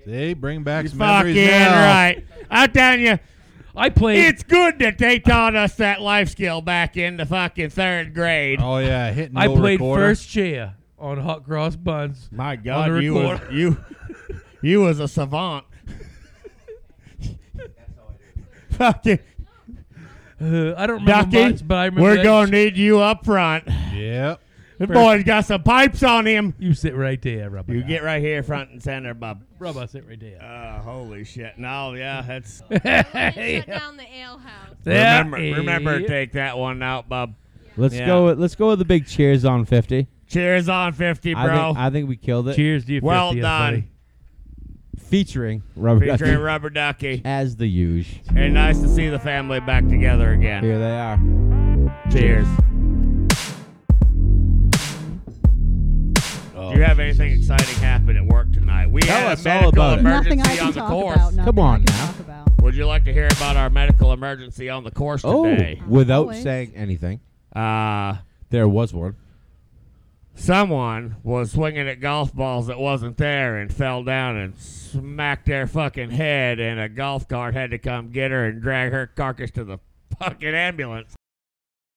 See, bring back some
Fucking
memories now.
right. I'm telling you,
I played.
it's good that they taught us that life skill back in the fucking third grade.
Oh yeah, hitting.
I
old
played
recorder.
first chair on hot cross buns.
My
On
God,
the
you was
recorder.
you you was a savant. Fucking
Uh, I don't remember
Ducky,
much, but I remember
we're
that
gonna need you up front.
Yep.
The boy's got some pipes on him.
You sit right there, Robert.
You get right here, front and center, bub.
Robert, sit right there.
Uh, holy shit! No, yeah, that's
Shut down the ale house.
There
remember. Remember,
is-
to take that one out, bub.
Let's
Yeah.
go. with- Let's go with the big cheers on fifty.
Cheers on fifty,
I
bro.
think, I think we killed it.
Cheers to your
Well
50th,
done.
buddy.
Featuring Robert
Featuring
Ducky
Rubber Ducky.
as the huge.
And nice to see the family back together again.
Here they are.
Cheers. Do you have anything exciting happen at work tonight? We
Oh, Tell
had a
us all
medical
about it.
emergency
Nothing I can
on the
talk
course.
about. Nothing
Come on
I can
now.
Talk about.
Would you like to hear about our medical emergency on the course today?
Oh, without
Always.
saying anything,
Uh,
there was one.
someone was swinging at golf balls that wasn't there and fell down and smacked their fucking head, and a golf cart had to come get her and drag her carcass to the fucking ambulance.